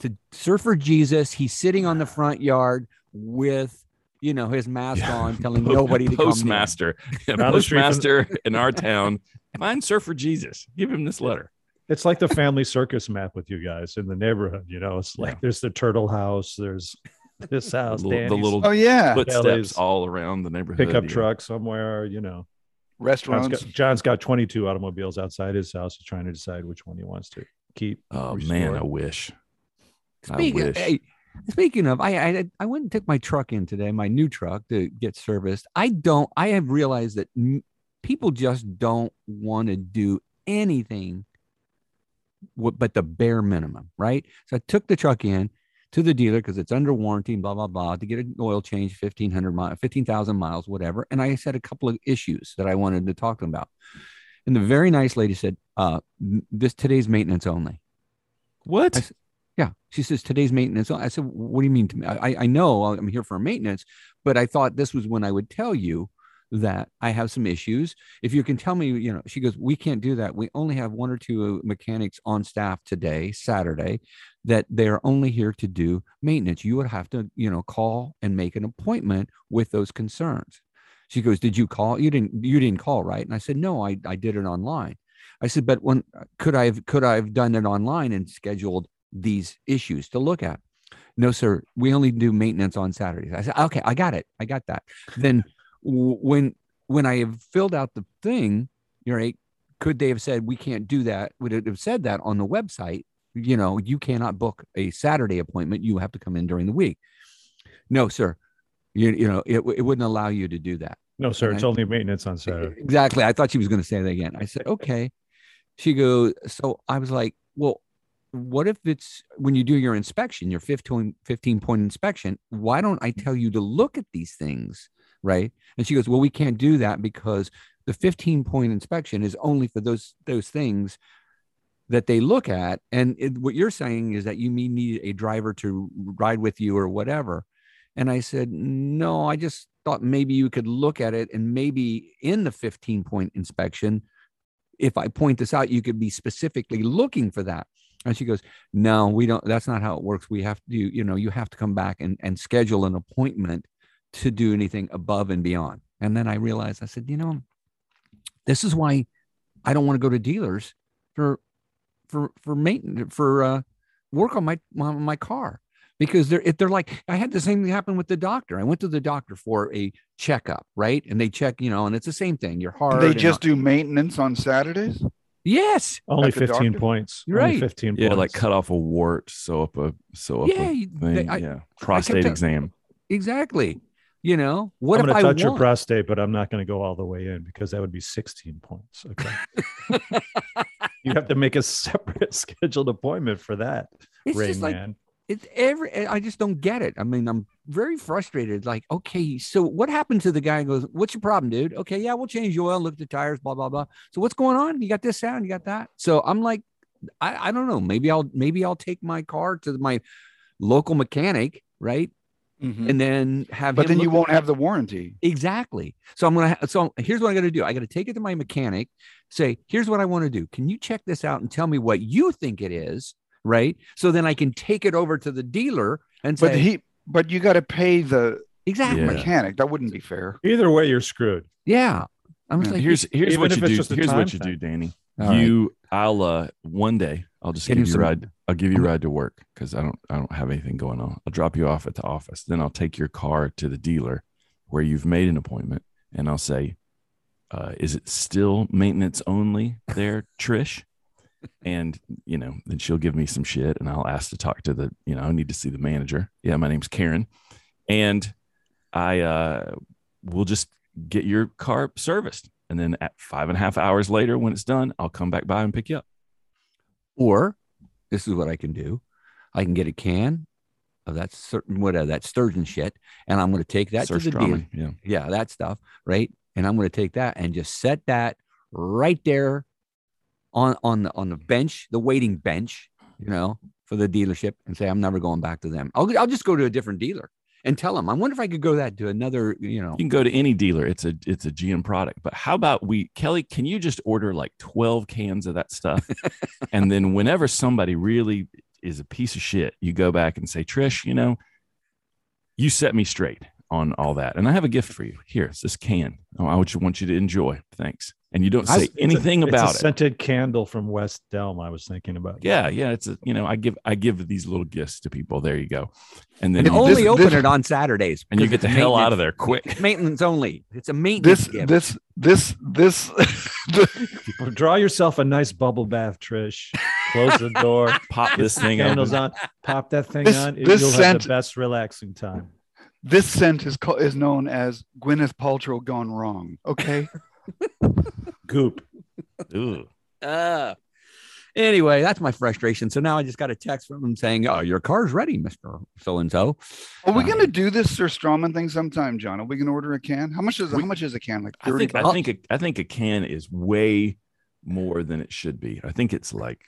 S4: to Surfer Jesus. He's sitting on the front yard with you know his mask
S5: Yeah.
S4: on, telling
S5: Po-
S4: nobody to come. near.
S5: postmaster Yeah,
S2: Down the street from-
S5: postmaster in our town find surfer jesus give him this letter
S2: It's like the family circus map with you guys in the neighborhood. You know, it's like
S5: Yeah.
S2: there's the turtle house, there's this
S5: the
S2: house,
S5: little, the
S2: Danny's
S5: little
S3: Oh yeah,
S5: footsteps
S2: Kelly's
S5: all around the neighborhood
S2: pickup
S5: Yeah.
S2: truck somewhere. You know, John's got,
S3: restaurants.
S2: John's got 22 automobiles outside his house. He's trying to decide which one he wants to keep.
S5: oh
S2: restore.
S5: man i wish I
S4: Speaking,
S5: wish.
S4: hey, speaking of, I, I I went and took my truck in today, my new truck to get serviced. I don't. I have realized that n- people just don't want to do anything, w- but the bare minimum, right? So I took the truck in to the dealer because it's under warranty and blah blah blah to get an oil change, fifteen hundred miles, fifteen thousand miles, whatever. And I said a couple of issues that I wanted to talk to them about. And the very nice lady said, uh, m- "This today's maintenance only."
S5: what
S4: I s- Yeah. She says today's maintenance. I said, what do you mean to me? I, I- I know I'm here for maintenance, but I thought this was when I would tell you that I have some issues. If you can tell me, you know, she goes, we can't do that. We only have one or two mechanics on staff today, Saturday, that they're only here to do maintenance. You would have to, you know, call and make an appointment with those concerns. She goes, did you call? You didn't, you didn't call, right? And I said, no, I, I did it online. I said, but when could I have, could I have done it online and scheduled these issues to look at. No, sir, we only do maintenance on Saturdays. I said, okay, I got it. I got that. Then w- when when I have filled out the thing, you know, could they have said we can't do that? Would it have said that on the website? You know, you cannot book a Saturday appointment. You have to come in during the week. No, sir. You, you know, it, w- it wouldn't allow you to do that.
S2: No, sir, it's
S4: Right.
S2: only maintenance on Saturday.
S4: Exactly. I thought she was going to say that again. I said, okay. She goes, so I was like, well, what if it's when you do your inspection, your 15, 15 point inspection, why don't I tell you to look at these things? Right. And she goes, well, we can't do that because the 15 point inspection is only for those, those things that they look at. And it, what you're saying is that you may need a driver to ride with you or whatever. And I said, no, I just thought maybe you could look at it and maybe in the 15 point inspection, if I point this out, you could be specifically looking for that. And she goes, no, we don't. That's not how it works. We have to, you know, you have to come back and, and schedule an appointment to do anything above and beyond. And then I realized, I said, you know, this is why I don't want to go to dealers for, for, for maintenance, for, uh, work on my, on my car because they're if they're like I had the same thing happen with the doctor. I went to the doctor for a checkup, right? And they check, you know, and it's the same thing. Your heart.
S3: They
S4: and-
S3: just do maintenance on Saturdays.
S4: yes,
S2: Only
S3: At the
S2: 15
S3: doctor?
S2: points. Only
S4: Right.
S2: 15
S5: yeah
S2: points.
S5: like cut off a wart sew up a sew up
S4: yeah,
S5: a
S4: you- they-
S5: thing
S4: I-
S5: yeah prostate
S4: tell-
S5: exam
S4: exactly. You know what
S2: I'm
S4: if
S2: going
S4: I
S2: to touch your
S4: want-
S2: prostate, but I'm not going to go all the way in because that would be 16 points. Okay. you have to make a separate scheduled appointment for that,
S4: It's
S2: Ray
S4: just like
S2: Man.
S4: it's every. I just don't get it. I mean, I'm very frustrated. Like, okay, so what happened to the guy? Who goes, what's your problem, dude? Okay, yeah, we'll change the oil, look at the tires, blah blah blah. So what's going on? You got this sound, you got that. So I'm like, I, I don't know. Maybe I'll maybe I'll take my car to my local mechanic, right? and then have
S3: But then
S4: him
S3: you
S4: look at-
S3: won't have the warranty.
S4: exactly so i'm gonna ha- so here's what i'm gonna do i gotta take it to my mechanic say here's what i want to do can you check this out and tell me what you think it is right so then i can take it over to the dealer and say
S3: But he, but you got to pay the
S4: exactly
S5: Yeah.
S4: yeah,
S3: mechanic. That wouldn't be fair.
S2: Either way, you're screwed.
S4: i'm
S3: Yeah,
S4: just like
S5: here's here's
S2: even
S5: what
S2: if
S5: you
S2: it's
S5: do
S2: just a
S5: here's
S2: time
S5: what you
S2: thing.
S5: do danny
S4: all right.
S5: you i'll uh one day i'll just
S4: Get
S5: give
S4: him
S5: you a
S4: some-
S5: ride i'll give you a ride to work because i don't i don't have anything going on i'll drop you off at the office then i'll take your car to the dealer where you've made an appointment and i'll say uh, is it still maintenance only there trish and you know then she'll give me some shit and i'll ask to talk to the you know i need to see the manager yeah my name's karen and i uh we'll just get your car serviced. And then at five and a half hours later, when it's done, I'll come back by and pick you up.
S4: Or this is what I can do. I can get a can of that certain whatever that sturgeon shit, and I'm going to take that
S5: Sir
S4: to the dealer.
S5: Strawman, Yeah.
S4: Yeah, that stuff, right? And I'm going to take that and just set that right there on on the on the bench, the waiting bench, you know, for the dealership, and say I'm never going back to them. I'll I'll just go to a different dealer and tell them. I wonder if I could go that to another, you know.
S5: You can go to any dealer. It's a it's a GM product. But how about we, Kelly? Can you just order like twelve cans of that stuff, and then whenever somebody really is a piece of shit, you go back and say, Trish, you know, you set me straight on all that, and I have a gift for you. Here, it's this can. Oh, I would- want you to enjoy. Thanks. And you don't
S2: I-
S5: say
S2: it's a-
S5: anything
S2: It's
S5: about
S2: a
S5: it.
S2: scented candle from West Elm. I was thinking about.
S5: yeah, yeah. It's a you know, I give I give these little gifts to people. There you go. And then
S4: And
S3: This-
S4: only
S3: this-
S4: open it on Saturdays.
S5: and you get
S4: because
S5: the
S4: it's
S5: hell out of
S4: maintenance-
S5: there quick.
S4: Maintenance only. It's a maintenance
S3: This,
S4: gift.
S3: this, this, this,
S2: Draw yourself a nice bubble bath, Trish. Close the door.
S5: Pop this thing
S2: Candles
S5: open.
S2: on. Pop that thing
S3: This-
S2: on. It-
S3: this
S2: You'll have
S3: scent-
S2: the best relaxing time.
S3: this scent is called, is known as Gwyneth Paltrow gone wrong. Okay.
S2: Goop.
S5: Ooh.
S6: Uh,
S4: Anyway, that's my frustration. So now I just got a text from him saying, "Oh, your car's ready, Mister So and So."
S3: Are we
S4: Uh,
S3: gonna do this Sir Strawman thing sometime, John? Are we gonna order a can? How much is how much is a can? Like
S5: I
S3: thirty.
S5: think I think a, I think a can is way more than it should be. I think it's like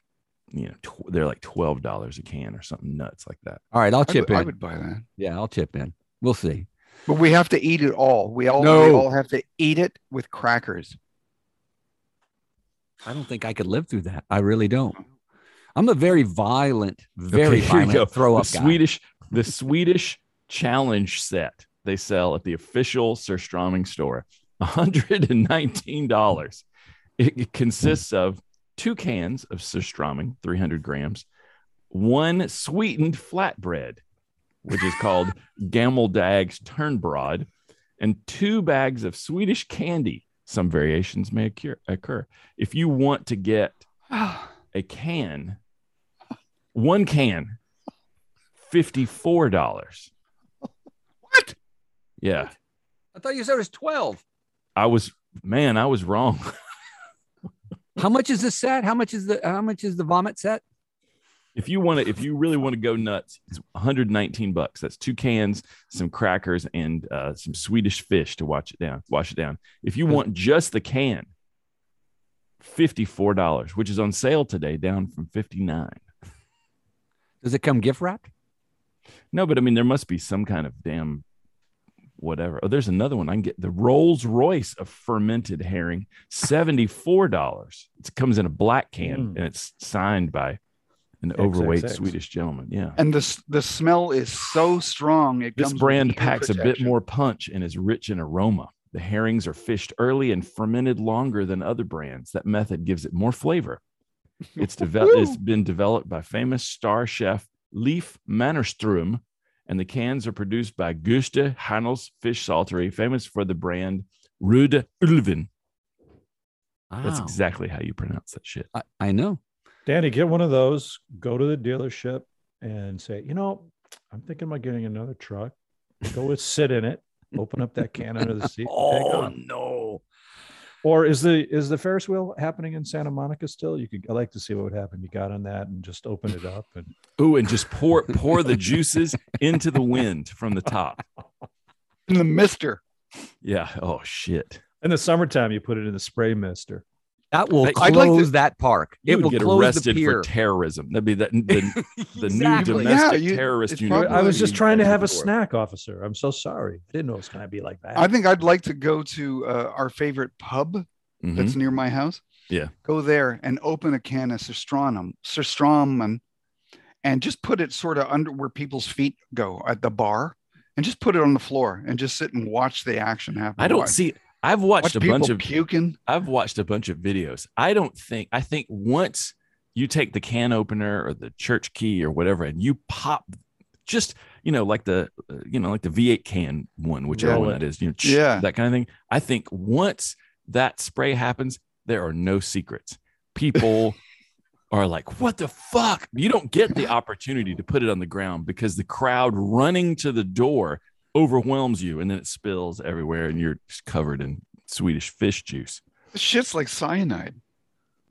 S5: you know tw- they're like twelve dollars a can or something nuts like that.
S4: All right, I'll
S3: I
S4: chip
S3: would, I
S4: in.
S3: would buy that.
S4: yeah, I'll chip in. We'll see.
S3: But we have to eat it all. We all we
S4: No.
S3: all have to eat it with crackers.
S4: I don't think I could live through that. I really don't. I'm a very violent, very
S5: Okay, here you go.
S4: violent throw
S5: The
S4: up guy.
S5: Swedish the Swedish challenge set they sell at the official Sir Stroming store, one hundred and nineteen dollars. It, it consists of two cans of Sir Stroming, three hundred grams, one sweetened flatbread, which is called Gameldag's Turnbrod, and two bags of Swedish candy. Some variations may occur. occur. If you want to get a can, one can, fifty-four dollars.
S3: What?
S5: Yeah,
S4: I thought you said it was 12.
S5: I was man, I was wrong.
S4: How much is the set? How much is the how much is the vomit set?
S5: If you want to, if you really want to go nuts, it's one hundred nineteen bucks. That's two cans, some crackers, and uh, some Swedish fish to watch it down. Wash it down. If you want just the can, fifty-four dollars, which is on sale today, down from fifty-nine.
S4: Does it come gift wrapped?
S5: No, but I mean, there must be some kind of damn whatever. Oh, there's another one. I can get the Rolls Royce of fermented herring, $74. It comes in a black can
S2: Mm.
S5: and it's signed by an overweight
S2: XXX.
S5: Swedish gentleman. Yeah.
S3: And the s- the smell is so strong. It
S5: This
S3: comes with
S5: brand
S3: ear
S5: packs a bit
S3: protection.
S5: more punch and is rich in aroma. The herrings are fished early and fermented longer than other brands. That method gives it more flavor. It's developed. It's been developed by famous star chef Leif Mannerstrom, and the cans are produced by Guste Hanels Fish Saltery, famous for the brand Rude Ulven. That's
S4: Wow.
S5: exactly how you pronounce that shit.
S4: I, I know.
S2: Danny, get one of those. Go to the dealership and say, you know, I'm thinking about getting another truck. Go and sit in it. Open up that can under the seat. and take
S4: Oh
S2: off.
S4: no.
S2: Or is the is the Ferris wheel happening in Santa Monica still? You could I like to see what would happen. You got on that and just open it up and
S5: Ooh, and just pour pour the juices into the wind from the top.
S3: And the mister.
S5: Yeah. Oh shit.
S2: in the summertime you put it in the spray mister.
S4: That will
S5: I'd
S3: like to-
S4: close that park.
S5: You
S4: It
S5: would
S4: will
S5: get
S4: close the
S5: arrested for
S4: pier.
S5: terrorism. That'd be that the, the
S4: Exactly.
S5: new domestic
S3: Yeah, you-
S5: terrorist
S3: it's
S5: unit.
S2: I was just trying to have a
S5: Sure.
S2: snack, officer. I'm so sorry. I didn't know it was gonna be like that.
S3: I think I'd like to go to uh, our favorite pub
S5: Mhm.
S3: that's near my house.
S5: Yeah.
S3: Go there and open a can of Sestronum, Sestronum, and just put it sort of under where people's feet go at the bar and just put it on the floor and just sit and watch the action happen.
S5: I don't
S3: Watch-
S5: see. I've watched
S3: watch
S5: a
S3: people
S5: bunch of.
S3: puking.
S5: I've watched a bunch of videos. I don't think. I think once you take the can opener or the church key or whatever, and you pop, just you know, like the uh, you know, like the V8 can one, whichever
S2: Roll
S5: one
S2: it.
S5: that is, you know,
S3: Yeah.
S5: that kind of thing. I think once that spray happens, there are no secrets. People are like, what the fuck? You don't get the opportunity to put it on the ground because the crowd running to the door overwhelms you and then it spills everywhere and you're just covered in Swedish fish juice.
S3: This shit's like cyanide.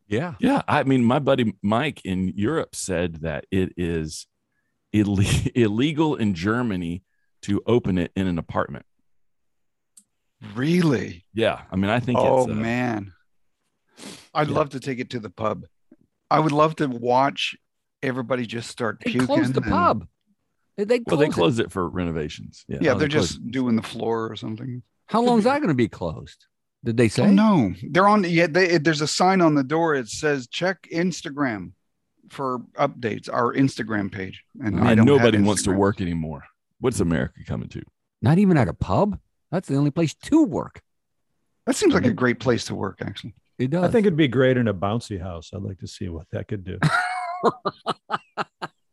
S4: Yeah.
S5: Yeah, I mean, my buddy Mike in Europe said that it is Ill- illegal in Germany to open it in an apartment.
S3: Really?
S5: Yeah, I mean, I think.
S3: Oh
S5: it's, uh,
S3: man, I'd
S5: Yeah.
S3: love to take it to the pub. I would love to watch everybody just start
S4: They
S3: puking.
S4: closed the
S3: and-
S4: pub. They, they
S5: Well, they
S4: closed it.
S5: closed it for renovations. Yeah,
S3: Yeah,
S5: no, Oh, they
S3: they're
S5: closed
S3: just doing the floor or something.
S4: How long is that going to be closed? Did they say?
S3: Oh no, they're on. Yeah, they, it- there's a sign on the door. It says check Instagram for updates. Our Instagram page, and
S5: it.
S3: I
S5: Man,
S3: don't have
S5: nobody wants to
S3: Instagram.
S5: work anymore. What's America coming to?
S4: Not even at a pub? That's the only place to work.
S3: That seems like a great place to work, actually.
S4: It does.
S2: I think it'd be great in a bouncy house. I'd like to see what that could do.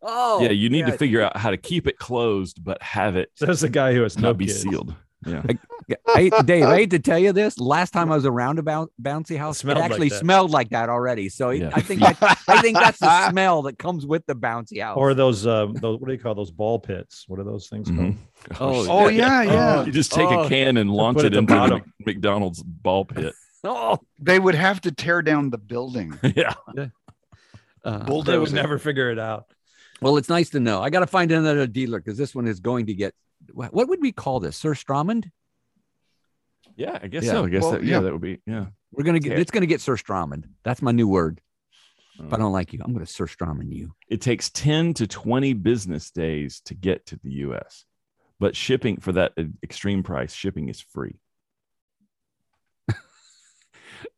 S4: Oh,
S5: yeah, you need to
S4: yeah.
S5: figure out how to keep it closed but have it
S2: Says the guy who has no
S5: not be
S2: kids.
S5: sealed. Yeah,
S4: Yeah, I hate, Dave, I hate to tell you this. Last time I was around a boun- bouncy house, it,
S2: smelled like
S4: actually
S2: that.
S4: smelled like that already. So it-
S5: Yeah.
S4: I think that, I think that's the smell that comes with the bouncy house.
S2: Or those, um, those, what do you call those ball pits? What are those things called?
S5: Mhm.
S4: Oh,
S5: shit.
S3: Oh yeah, yeah.
S5: You just take
S4: Oh.
S5: a can and launch
S2: put
S5: it
S2: at the
S5: into the
S2: bottom.
S5: Mc- McDonald's ball pit.
S4: oh,
S3: They would have to tear down the building.
S5: yeah.
S4: uh,
S2: They
S3: bulldoze
S2: would
S3: it.
S2: never figure it out.
S4: well, it's nice to know. I got to find another dealer because this one is going to get. What, what would we call this, Sir Stramond?
S5: Yeah, I guess
S4: Yeah.
S5: so. I guess
S3: Well,
S5: that, yeah,
S3: yeah.
S5: that would be yeah.
S4: We're gonna get.
S5: Yeah.
S4: It's gonna get Sir Stramond. That's my new word. If I
S5: Uh,
S4: don't like you, I'm gonna Sir Stramond you.
S5: It takes 10 to 20 business days to get to the US. But shipping for that uh, extreme price, shipping is free.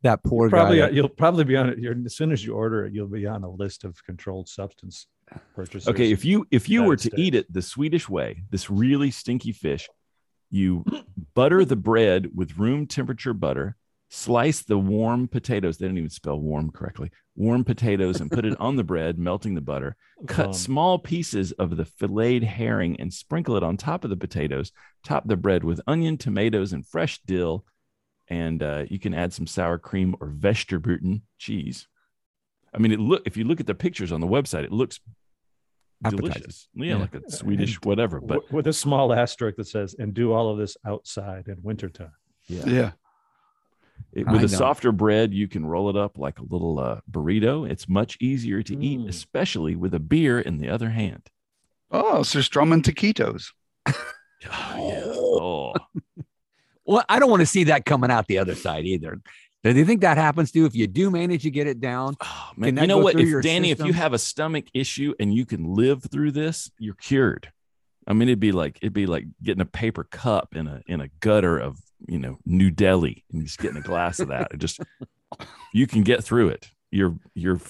S4: That poor
S2: Probably,
S4: guy.
S2: uh, you'll probably be on it. You're, as soon as you order it, you'll be on a list of controlled substance purchases.
S5: Okay, if you if you
S2: United
S5: were to
S2: States.
S5: eat it the Swedish way, this really stinky fish, you butter the bread with room temperature butter, slice the warm potatoes, they don't even spell warm correctly. Warm potatoes and put it on the bread, melting the butter. cut
S2: Um,
S5: small pieces of the filleted herring and sprinkle it on top of the potatoes. Top the bread with onion, tomatoes, and fresh dill. And uh, you can add some sour cream or Vesterbruten cheese. I mean, it look if you look at the pictures on the website, it looks
S4: Appetizing.
S5: delicious. Yeah,
S2: Yeah.
S5: like a Swedish whatever. But
S2: w- with a small asterisk that says, and do all of this outside in wintertime.
S5: yeah,
S3: Yeah.
S5: it-
S4: I
S5: with
S4: know.
S5: a softer bread, you can roll it up like a little uh, burrito. It's much easier to eat,
S2: Mm.
S5: especially with a beer in the other hand.
S3: Oh, so Strawman taquitos.
S5: Oh, yeah. oh.
S4: Well, I don't want to see that coming out the other side either. Do you think that happens too? If you do manage to get it down,
S5: Oh,
S4: Can
S5: man,
S4: that
S5: you know
S4: go
S5: what?
S4: through
S5: If
S4: your
S5: Danny, if you
S4: system?
S5: have a stomach issue and you can live through this, you're cured. I mean, it'd be like it'd be like getting a paper cup in a in a gutter of you know New Delhi and just getting a glass of that. It just you can get through it. You're you're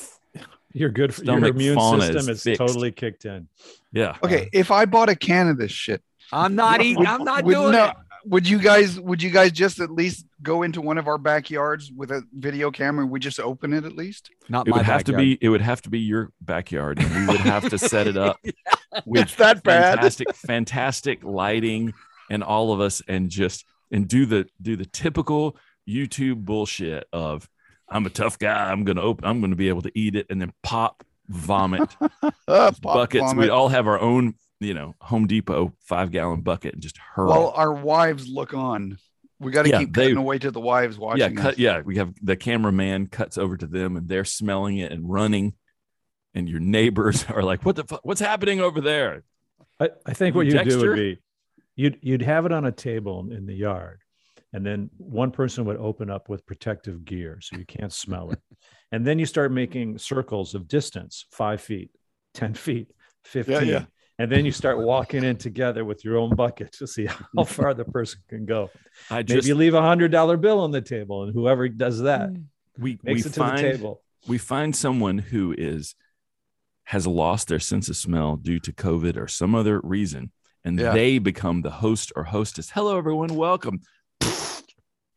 S2: You're good. For, your
S5: Stomach
S2: immune
S5: fauna
S2: system
S5: is
S2: is,
S5: fixed.
S2: totally kicked in.
S5: yeah.
S3: Okay, if I bought a can of this shit,
S4: I'm not eating. I'm not
S3: would,
S4: doing
S3: no-
S4: it.
S3: would you guys would you guys just at least go into one of our backyards with a video camera and we just open it at least?
S4: Not
S5: It
S4: my
S5: would have to
S4: backyard.
S5: be it would have to be your backyard, and we would have to set it up with
S3: It's that bad.
S5: fantastic fantastic lighting and all of us and just and do the do the typical youtube bullshit of i'm a tough guy i'm gonna open i'm gonna be able to eat it and then pop vomit
S3: Uh, pop
S5: buckets we
S3: vomit.
S5: all have our own you know home depot five gallon bucket and just
S3: While
S5: hurl
S3: our wives look on. We got to
S5: Yeah,
S3: keep
S5: they-
S3: cutting away to the wives
S5: yeah
S3: watching.
S5: cut
S3: us.
S5: yeah we have the cameraman cuts over to them and they're smelling it and running and your neighbors are like what the fu- what's happening over there
S2: I, I think what you'd do
S5: Dexter?
S2: would be you'd you'd have it on a table in the yard, and then one person would open up with protective gear so you can't smell it. And then you start making circles of distance, five feet, ten feet, fifteen.
S3: yeah.
S2: And then you start walking in together with your own bucket to see how far the person can go.
S5: i
S2: Maybe
S5: just
S2: you leave a hundred dollar bill on the table, and whoever does that
S5: we, we
S2: makes it to
S5: find
S2: the table.
S5: we find someone who is has lost their sense of smell due to COVID or some other reason, and
S3: Yeah.
S5: they become the host or hostess. Hello, everyone, welcome.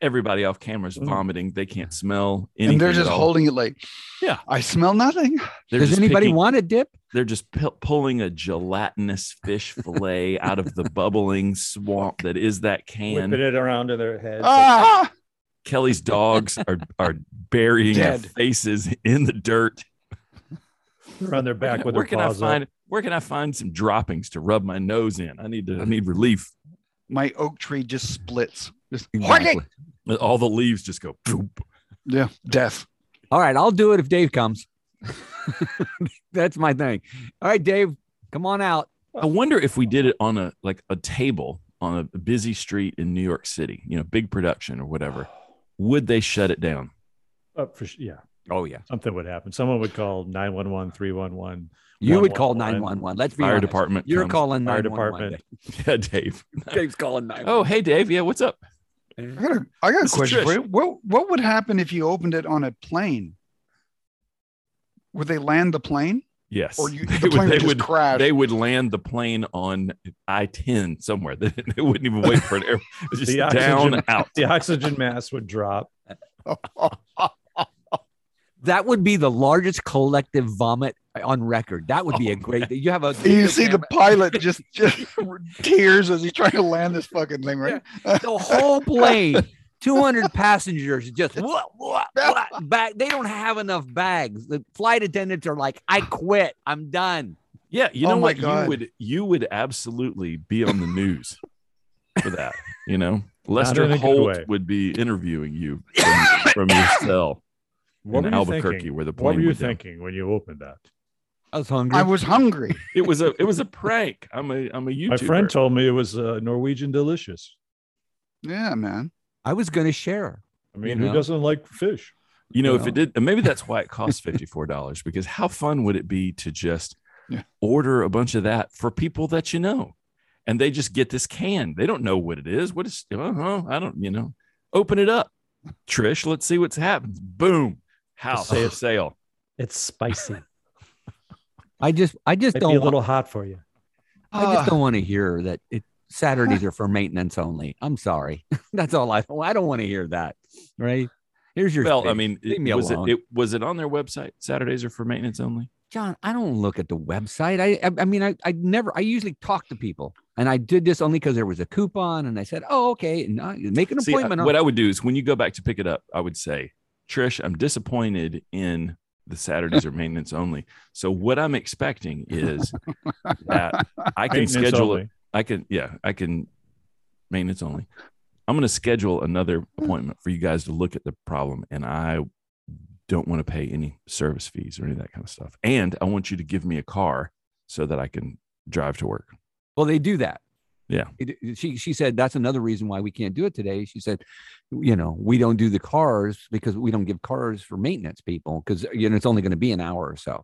S5: Everybody off camera's
S2: Mm.
S5: vomiting. They can't smell anything.
S3: And they're just
S5: at all.
S3: holding it like,
S5: Yeah.
S3: I smell nothing.
S5: They're
S4: Does
S5: just
S4: anybody
S5: picking-
S4: want a dip?
S5: They're just pu- pulling a gelatinous fish fillet out of the bubbling swamp that is that
S2: Whipping
S5: can.
S2: it around in their head.
S3: Ah,
S5: Kelly's dogs are are burying
S3: Dead.
S5: their faces in the dirt.
S2: They're on their back with their
S5: where can I
S2: paws up.
S5: find where can I find some droppings to rub my nose in? I need to I need relief.
S3: my oak tree just splits. Just
S4: Exactly.
S5: All the leaves just go poop.
S3: yeah, death.
S4: All right, I'll do it if Dave comes. That's my thing. All right, Dave, come on out.
S5: I wonder if we did it on a like a table on a busy street in New York City, you know, big production or whatever, would they shut it down?
S2: Uh, for sh- yeah,
S4: Oh yeah,
S2: something would happen. Someone would call 911, 311,
S4: you would call
S2: 911.
S4: nine one one. Let's be
S5: Fire
S4: honest.
S5: department.
S4: You're
S5: comes.
S4: calling
S2: fire
S4: 911.
S2: department.
S5: Yeah, Dave.
S6: Dave's calling nine.
S5: Oh, hey, Dave. Yeah, what's up? Oh.
S3: I got a, I got a
S5: This is
S3: question for
S5: Trish.
S3: you. What what would happen if you opened it on a plane? Would they land the plane,
S5: Yes.
S3: or you,
S5: They
S3: the
S5: would-
S3: plane
S5: they
S3: would just
S5: would-
S3: crash?
S5: they would land the plane on I 10 somewhere. They, they wouldn't even wait for an air. It's Just
S2: The
S5: down
S2: oxygen-
S5: out.
S2: The oxygen mask would drop.
S4: That would be the largest collective vomit on record. That would be
S5: Oh,
S4: a great. You have a.
S3: And you see the pilot just just tears as he's trying to land this fucking thing, right?
S4: the whole plane, 200 passengers, just what, what, what, back. They don't have enough bags. The flight attendants are like, I quit. I'm done.
S5: Yeah, you
S3: Oh
S5: know
S3: my
S5: what?
S3: God.
S5: You would you would absolutely be on the news for that. You know,
S2: in a
S5: Lester
S2: good
S5: Holt
S2: way.
S5: would be interviewing you from, from your cell
S2: What were
S5: in
S2: you
S5: Albuquerque,
S2: thinking?
S5: where the plane.
S2: What were you
S5: went down.
S2: thinking when you opened that?
S4: I was hungry.
S3: I was hungry.
S5: It was a it was a prank. I'm a I'm a YouTuber.
S2: My friend told me it was uh, Norwegian delicious.
S3: Yeah, man.
S4: I was going to share.
S2: I mean,
S5: You know.
S2: who doesn't like fish?
S5: you know, if
S4: Well.
S5: it did, and maybe that's why it costs fifty four dollars. Because how fun would it be to just
S3: Yeah.
S5: order a bunch of that for people that you know, and they just get this can. They don't know what it is. What is? Uh-huh, I don't. You know, open it up, Trish. Let's see what's happened. Boom. House
S2: Say it.
S5: sale.
S2: It's spicy.
S4: I just, I just
S2: Might
S4: don't.
S2: be a
S4: wa-
S2: little hot for you.
S4: I
S3: Ah.
S4: just don't want to hear that. It Saturdays are for maintenance only. I'm sorry. That's all I. I don't want to hear that. Right. Here's your.
S5: Well, I
S4: space.
S5: mean,
S4: Leave
S5: it,
S4: me
S5: was it,
S4: alone.
S5: it was it on their website? Saturdays are for maintenance only.
S4: John, I don't look at the website. I I, I mean, I, I never. I usually talk to people, and I did this only because there was a coupon, and I said, "Oh, okay, and I, make an
S5: See, I-
S4: appointment." on-
S5: what I would do is when you go back to pick it up, I would say, Trish, I'm disappointed in the Saturdays are maintenance only. So what I'm expecting is that I can
S2: Maintenance
S5: schedule
S2: only.
S5: it. I can, yeah, I can maintenance only. I'm going to schedule another appointment for you guys to look at the problem, and I don't want to pay any service fees or any of that kind of stuff. And I want you to give me a car so that I can drive to work.
S4: Well, they do that.
S5: Yeah.
S4: It- it- she she said that's another reason why we can't do it today. She said, you know, we don't do the cars because we don't give cars for maintenance people because you know it's only going to be an hour or so.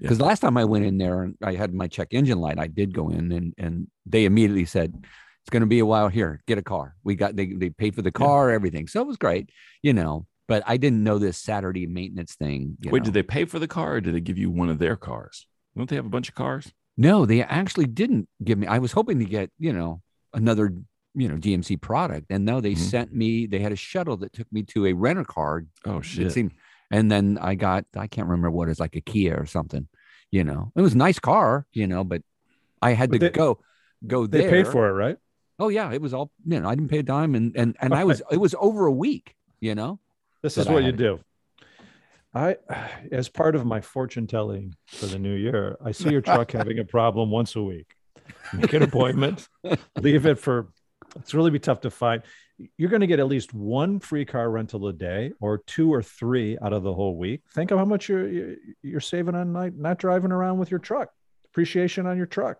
S5: Yeah.
S4: Because last time I went in there and I had my check engine light, I did go in and and they immediately said it's going to be a while here. Get a car. We got they they paid for the
S5: Yeah.
S4: car, everything, so it was great, you know. But I didn't know this Saturday maintenance thing. you
S5: Wait,
S4: know.
S5: did they pay for the car or did they give you one of their cars? Don't they have a bunch of cars?
S4: No, they actually didn't give me. I was hoping to get, you know, another, you know, GMC product. And no, they
S2: Mm-hmm.
S5: Mhm.
S4: sent me, they had a shuttle that took me to a rental car.
S5: Oh
S4: It seemed, and then I got, I can't remember what it's like a Kia or something, you know, it was a nice car, you know, but I had
S2: But
S4: to
S2: they-
S4: go, go
S2: They
S4: there.
S2: paid for it, right?
S4: Oh yeah. It was all, you know, I didn't pay a dime. And, and, and I was, it was over a week, you know?
S2: This
S4: that
S2: is
S4: I
S2: what you
S4: had.
S2: do. I, as part of my fortune telling for the new year, I see your truck having a problem once a week. Make an appointment, leave it for, it's really be tough to find. You're going to get at least one free car rental a day or two or three out of the whole week. Think of how much you're, you're- you're saving on not, not driving around with your truck, depreciation on your truck.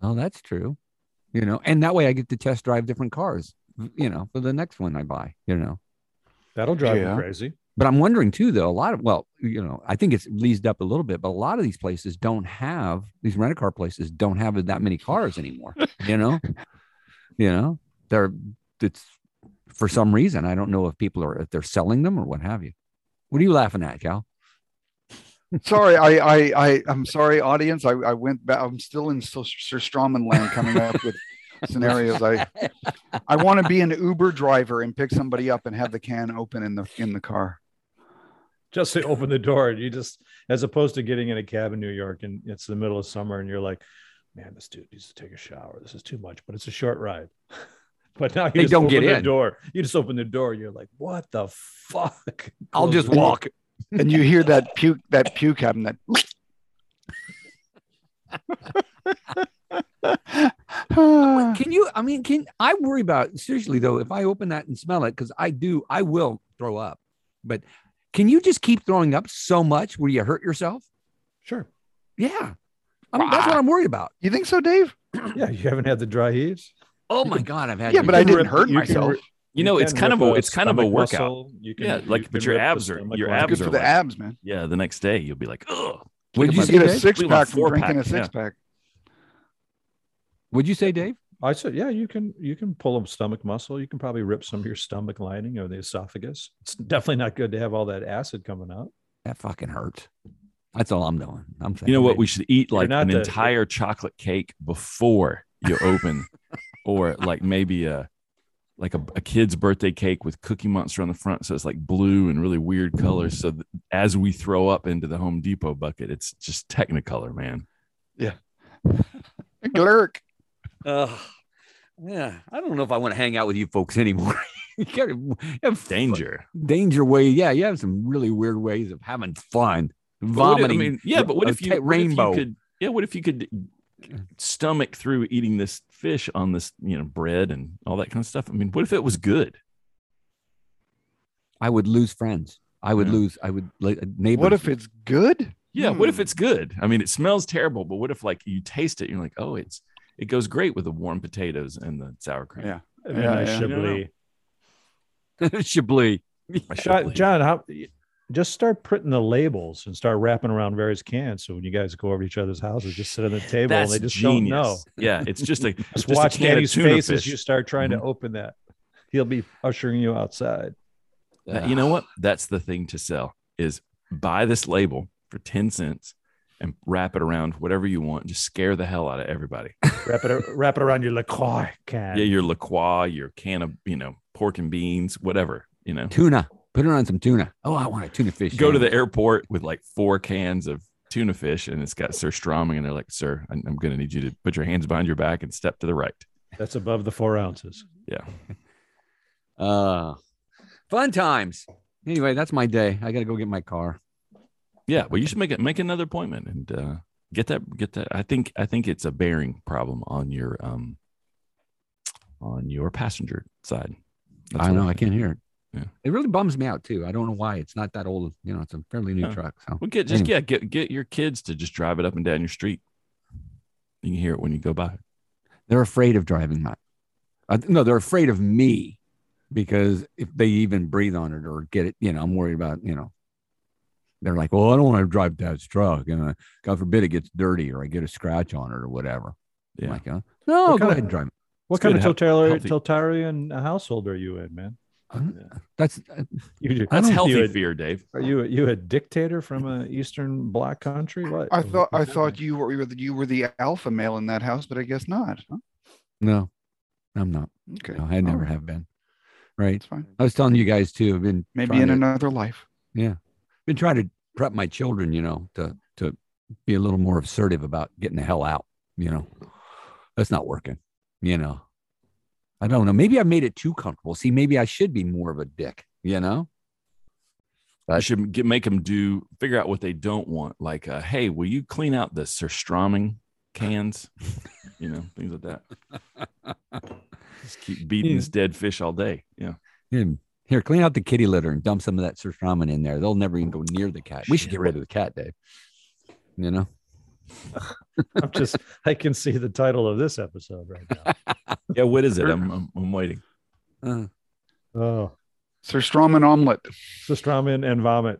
S4: Oh, that's true. You know, and that way I get to test drive different cars, you know, for the next one I buy, you know?
S2: That'll drive
S3: Yeah.
S2: you crazy.
S4: But I'm wondering too, though, a lot of, well, you know, I think it's leased up a little bit, but a lot of these places don't have, these rental car places don't have that many cars anymore, you know? you know, they're, it's for some reason, I don't know if people are, if they're selling them or what have you. What are you laughing at, Cal?
S3: sorry, I, I, I, I'm sorry, audience. I, I went back. I'm still in Sir, Sir Strawman land coming up with scenarios. I, I want to be an Uber driver and pick somebody up and have the can open in the in the car.
S2: just to open the door. You just, as opposed to getting in a cab in New York and it's the middle of summer and you're like, man, this dude needs to take a shower. This is too much, but it's a short ride. But now you
S4: They
S2: just
S4: don't
S2: open
S4: get
S2: the
S4: in.
S2: door. You just open the door. You're like, what the fuck?
S4: I'll
S2: Close
S4: just
S2: the door.
S4: walk.
S3: And you hear that puke that puke having that.
S4: Wait, Can you? I mean, can I worry about seriously though? If I open that and smell it, because I do, I will throw up. But can you just keep throwing up so much where you hurt yourself?
S2: Sure.
S4: Yeah, I mean, that's what I'm worried about.
S3: You think so, Dave?
S2: Yeah, you haven't had the dry heaves.
S4: Oh my god, I've had.
S3: Yeah,
S4: to-
S3: but I
S2: can
S3: didn't
S2: rip-
S3: hurt
S2: you can
S3: myself.
S2: rip-
S5: You know, it's
S2: can
S5: kind of
S2: rip
S5: a it's kind of a
S2: stomach
S5: workout.
S2: muscle. You
S5: Yeah, like,
S2: you
S5: but your
S2: rip the
S5: abs are-
S2: stomach
S5: your
S2: muscle.
S5: abs
S3: Good for
S5: are
S3: the
S5: like-
S3: abs, man.
S5: Yeah, the next day you'll be like, oh,
S4: What'd you
S3: You
S4: say,
S3: get a
S4: Dave?
S3: six
S5: We want
S3: pack from
S5: four-pack,
S3: drinking a
S5: yeah.
S3: six pack.
S4: Would you say, Dave?
S2: I said, yeah, you can you can pull a stomach muscle. You can probably rip some of your stomach lining or the esophagus. It's definitely not good to have all that acid coming out.
S4: That fucking hurts. That's all I'm doing. I'm saying.
S5: you know what? We should eat like
S2: not
S5: an
S2: the-
S5: entire chocolate cake before you open, or like maybe a like a, a kid's birthday cake with Cookie Monster on the front, so it's like blue and really weird colors. So that as we throw up into the Home Depot bucket, it's just Technicolor, man.
S3: Glurk.
S4: Ugh. yeah, I don't know if I want to hang out with you folks anymore. you gotta you have fun.
S5: Danger.
S4: danger way. Yeah, you have some really weird ways of having fun.
S5: But what if-
S4: Vomiting.
S5: I mean, yeah, but what
S4: a
S5: if you
S4: ta-
S5: what if you
S4: rainbow?
S5: could, yeah, what if you could stomach through eating this fish on this, you know, bread and all that kind of stuff? I mean, what if it was good?
S4: I would lose friends. I would
S5: Yeah.
S4: lose. I would like neighbors.
S3: What if it's good?
S5: Yeah, what if
S3: Hmm.
S5: it's good? I mean, it smells terrible, but what if like you taste it, you're like, oh, it's it goes great with the warm potatoes and the sour cream.
S3: Yeah.
S2: I mean,
S3: Yeah,
S2: I
S3: yeah.
S2: should
S5: You don't know.
S2: be-
S4: Chablis?
S5: I should
S2: John,
S5: believe.
S2: John, how, just start printing the labels and start wrapping around various cans. So when you guys go over to each other's houses, just sit at the table
S5: That's
S2: and they just
S5: genius.
S2: don't know.
S5: Yeah, it's just like
S2: Just,
S5: Just a
S2: watch
S5: can of
S2: Danny's
S5: tuna
S2: face as
S5: fish. Mm-hmm.
S2: you start trying to open that. He'll be ushering you outside.
S5: that- you know what? That's the thing to sell is buy this label for 10 cents and wrap it around whatever you want. Just scare the hell out of everybody.
S2: Wrap it, wrap it around your LaCroix can.
S5: yeah, your LaCroix, your can of, you know, pork and beans, whatever, you know.
S4: Uh, Tuna. Put it on some tuna. Oh, I want a tuna fish.
S5: Go to the
S4: sandwich.
S5: airport with like four cans of tuna fish and it's got Sir Stroming and they're like, Sir, I'm, I'm going to need you to put your hands behind your back and step to the right.
S2: That's above the four ounces.
S4: Uh, fun times. Anyway, that's my day. I gotta go get my car.
S5: Yeah, well, you should make it make another appointment and uh, get that get that. I think I think it's a bearing problem on your um on your passenger side. That's
S4: I
S5: what
S4: know I can't hear it.
S5: Yeah.
S4: It really bums me out too. I don't know why it's not that old. You know, it's a fairly new
S5: Yeah.
S4: truck. So
S5: Well, get just yeah, get get your kids to just drive it up and down your street. You can hear it when you go by.
S4: they're afraid of driving my. Uh, no, they're afraid of me because if they even breathe on it or get it, you know, I'm worried about you know. They're like, well, I don't want to drive dad's truck, and uh, God forbid it gets dirty or I get a scratch on it or whatever. I'm
S5: Yeah.
S4: like, uh, no,
S2: What
S4: go
S2: kinda-
S4: ahead and drive. it.
S2: What
S5: It's
S2: kind
S5: good,
S2: of
S5: hea-
S2: totalitarian,
S5: healthy.
S2: totalitarian household are you in, man?
S4: Uh, That's uh,
S2: You,
S5: That's
S2: you
S5: healthy
S2: a-
S5: fear, Dave.
S2: Are you a, you a dictator from a Eastern Bloc country? What?
S3: I thought I thought you were you were the- you were the alpha male in that house, but I guess not. huh?
S4: no, I'm not.
S3: Okay,
S4: No, I
S3: all
S4: never
S3: right,
S4: have been. Right.
S3: It's fine.
S4: I was telling you guys too. I've been
S3: Maybe
S4: trying
S3: in
S4: to-
S3: another life.
S4: been trying to prep my children, you know, to to be a little more assertive about getting the hell out. You know, that's not working. You know, I don't know. Maybe I made it too comfortable. See, maybe I should be more of a dick. You know,
S5: I should get, make them do figure out what they don't want. Like, uh, hey, will you clean out the Sir Stroming cans? you know, things like that. Just keep
S2: Hmm.
S5: beating this dead fish all day. Yeah.
S4: Hmm. here, clean out the kitty litter and dump some of that sirtramen in there. They'll never even go near the cat. We should get rid of the cat, Dave. You know,
S2: I'm just I can see the title of this episode right
S5: Yeah. What is it? I'm, I'm, I'm waiting.
S4: Uh,
S2: now. Oh,
S3: Sir Strawman omelet.
S2: Sistramen and vomit.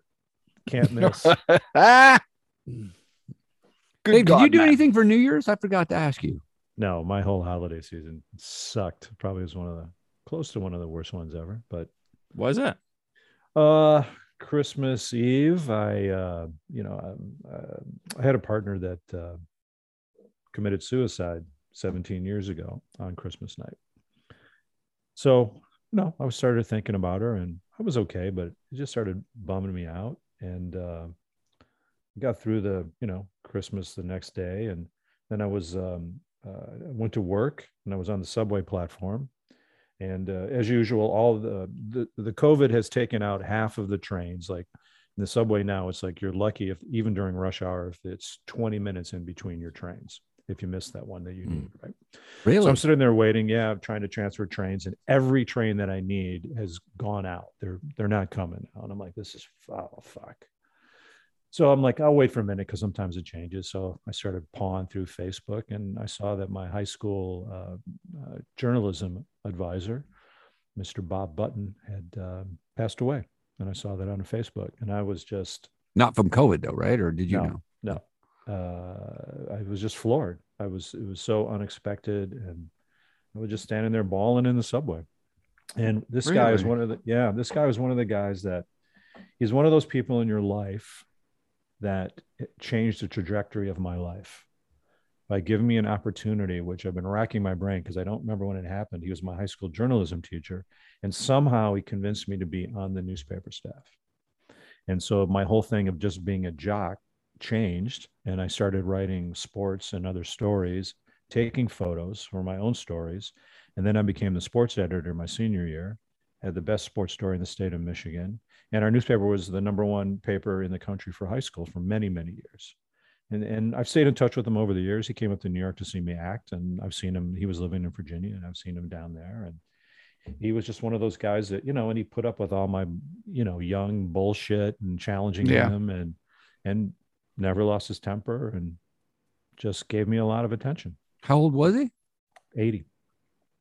S2: Can't miss.
S3: Ah! Good
S4: Dave, did you
S3: God,
S4: do
S3: Matt.
S4: anything for New Year's? I forgot to ask you.
S2: no, my whole holiday season sucked. Probably was one of the close to one of the worst ones ever. But
S5: Why is that?
S2: uh, Christmas Eve, I uh, you know um, uh, I had a partner that uh, committed suicide 17 years ago on Christmas night. So, no, I started thinking about her and I was okay, but it just started bumming me out. And uh, got through the, you know, Christmas the next day. And then I was, um, uh, I went to work and I was on the subway platform. And uh, as usual, all the, the, the COVID has taken out half of the trains. Like in the subway now, it's like you're lucky if even during rush hour, if it's 20 minutes in between your trains. if you miss that one that you
S5: Mm.
S2: need, right? So
S4: Really?
S2: I'm sitting there waiting. Yeah, I'm trying to transfer trains, and every train that I need has gone out. They're they're not coming out. And I'm like, this is oh fuck. So I'm like, I'll wait for a minute because sometimes it changes. So I started pawing through Facebook, and I saw that my high school uh, uh, journalism advisor, Mr. Bob Button, had uh, passed away, and I saw that on Facebook, and I was just
S4: Not from COVID though, right? Or did you
S2: No.
S4: know?
S2: no uh, i was just floored i was it was so unexpected and i was just standing there bawling in the subway and this guy is
S3: Really?
S2: one of the yeah this guy was one of the guys that he's one of those people in your life that it changed the trajectory of my life by giving me an opportunity which i've been racking my brain because i don't remember when it happened he was my high school journalism teacher and somehow he convinced me to be on the newspaper staff and so my whole thing of just being a jock changed and i started writing sports and other stories taking photos for my own stories and then i became the sports editor my senior year had the best sports story in the state of michigan and our newspaper was the number one paper in the country for high school for many many years and, and i've stayed in touch with him over the years he came up to new york to see me act and i've seen him he was living in virginia and i've seen him down there and he was just one of those guys that you know and he put up with all my you know young bullshit and challenging
S3: Yeah.
S2: him and and never lost his temper and just gave me a lot of attention
S4: How old was he?
S2: 80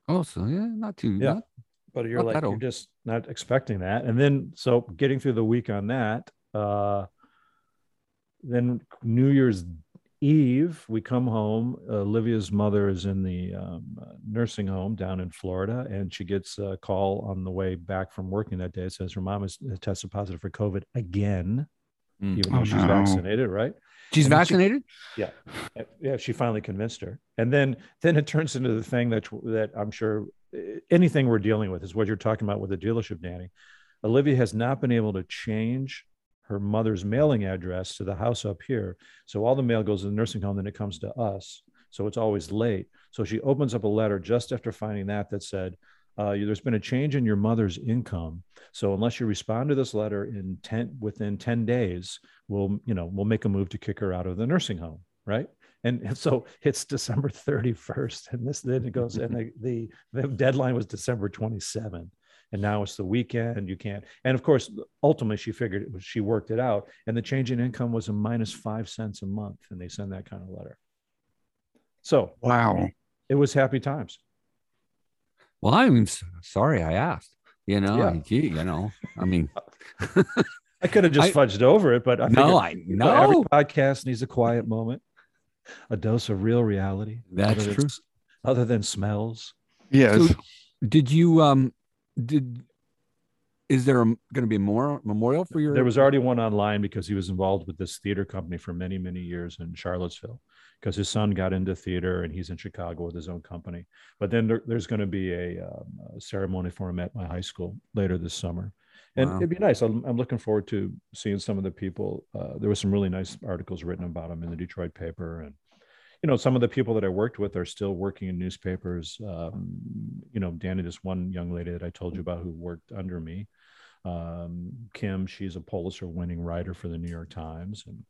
S4: Oh, so yeah, not too.
S2: Yeah.
S4: not-
S2: but you're
S4: Not
S2: like
S4: that
S2: you're
S4: old.
S2: just not expecting that and then so getting through the week on that uh then new year's eve we come home olivia's mother is in the um, uh, nursing home down in florida and she gets a call on the way back from working that day it says her mom has tested positive for covid again
S4: Hmm.
S5: Mm.
S2: even though
S3: Oh,
S2: she's
S3: no.
S2: vaccinated right
S4: She's
S2: And then she-
S4: vaccinated.
S2: uh, yeah she finally convinced her and then then it turns into the thing that that i'm sure uh, anything we're dealing with is what you're talking about with the dealership danny olivia has not been able to change her mother's mailing address to the house up here so all the mail goes to the nursing home then it comes to us so it's always late so she opens up a letter just after finding that that said uh, you- there's been a change in your mother's income so unless you respond to this letter in 10 within 10 days we'll you know we'll make a move to kick her out of the nursing home right and, and so it's december 31st and this then it goes and the, the the deadline was december 27 and now it's the weekend you can't and of course ultimately she figured it was she worked it out and the change in income was a minus five cents a month and they send that kind of letter so
S3: Wow.
S2: it was happy times
S4: Well, I'm s- sorry I asked. You know,
S2: Yeah.
S4: I- gee, you know, I mean,
S2: i could have just
S4: I-
S2: fudged over it but I figured,
S4: no, I
S2: you know, every
S4: no.
S2: podcast needs a quiet moment a dose of real reality
S4: That's
S2: other than-
S4: true.
S2: other than smells
S3: Yes.
S4: So, did you um did is there going to be more memorial for your
S2: There was already one online because he was involved with this theater company for many, many years in Charlottesville because his son got into theater and he's in Chicago with his own company. But then there, there's going to be a, um, a ceremony for him at my high school later this summer. And
S4: Wow.
S2: it'd be nice. I'm, I'm looking forward to seeing some of the people. Uh, there was some really nice articles written about him in the Detroit paper. And, you know, some of the people that I worked with are still working in newspapers. Um, you know, Danny, this one young lady that I told you about who worked under me, um, Kim. She's a Pulitzer winning writer for the New York Times. And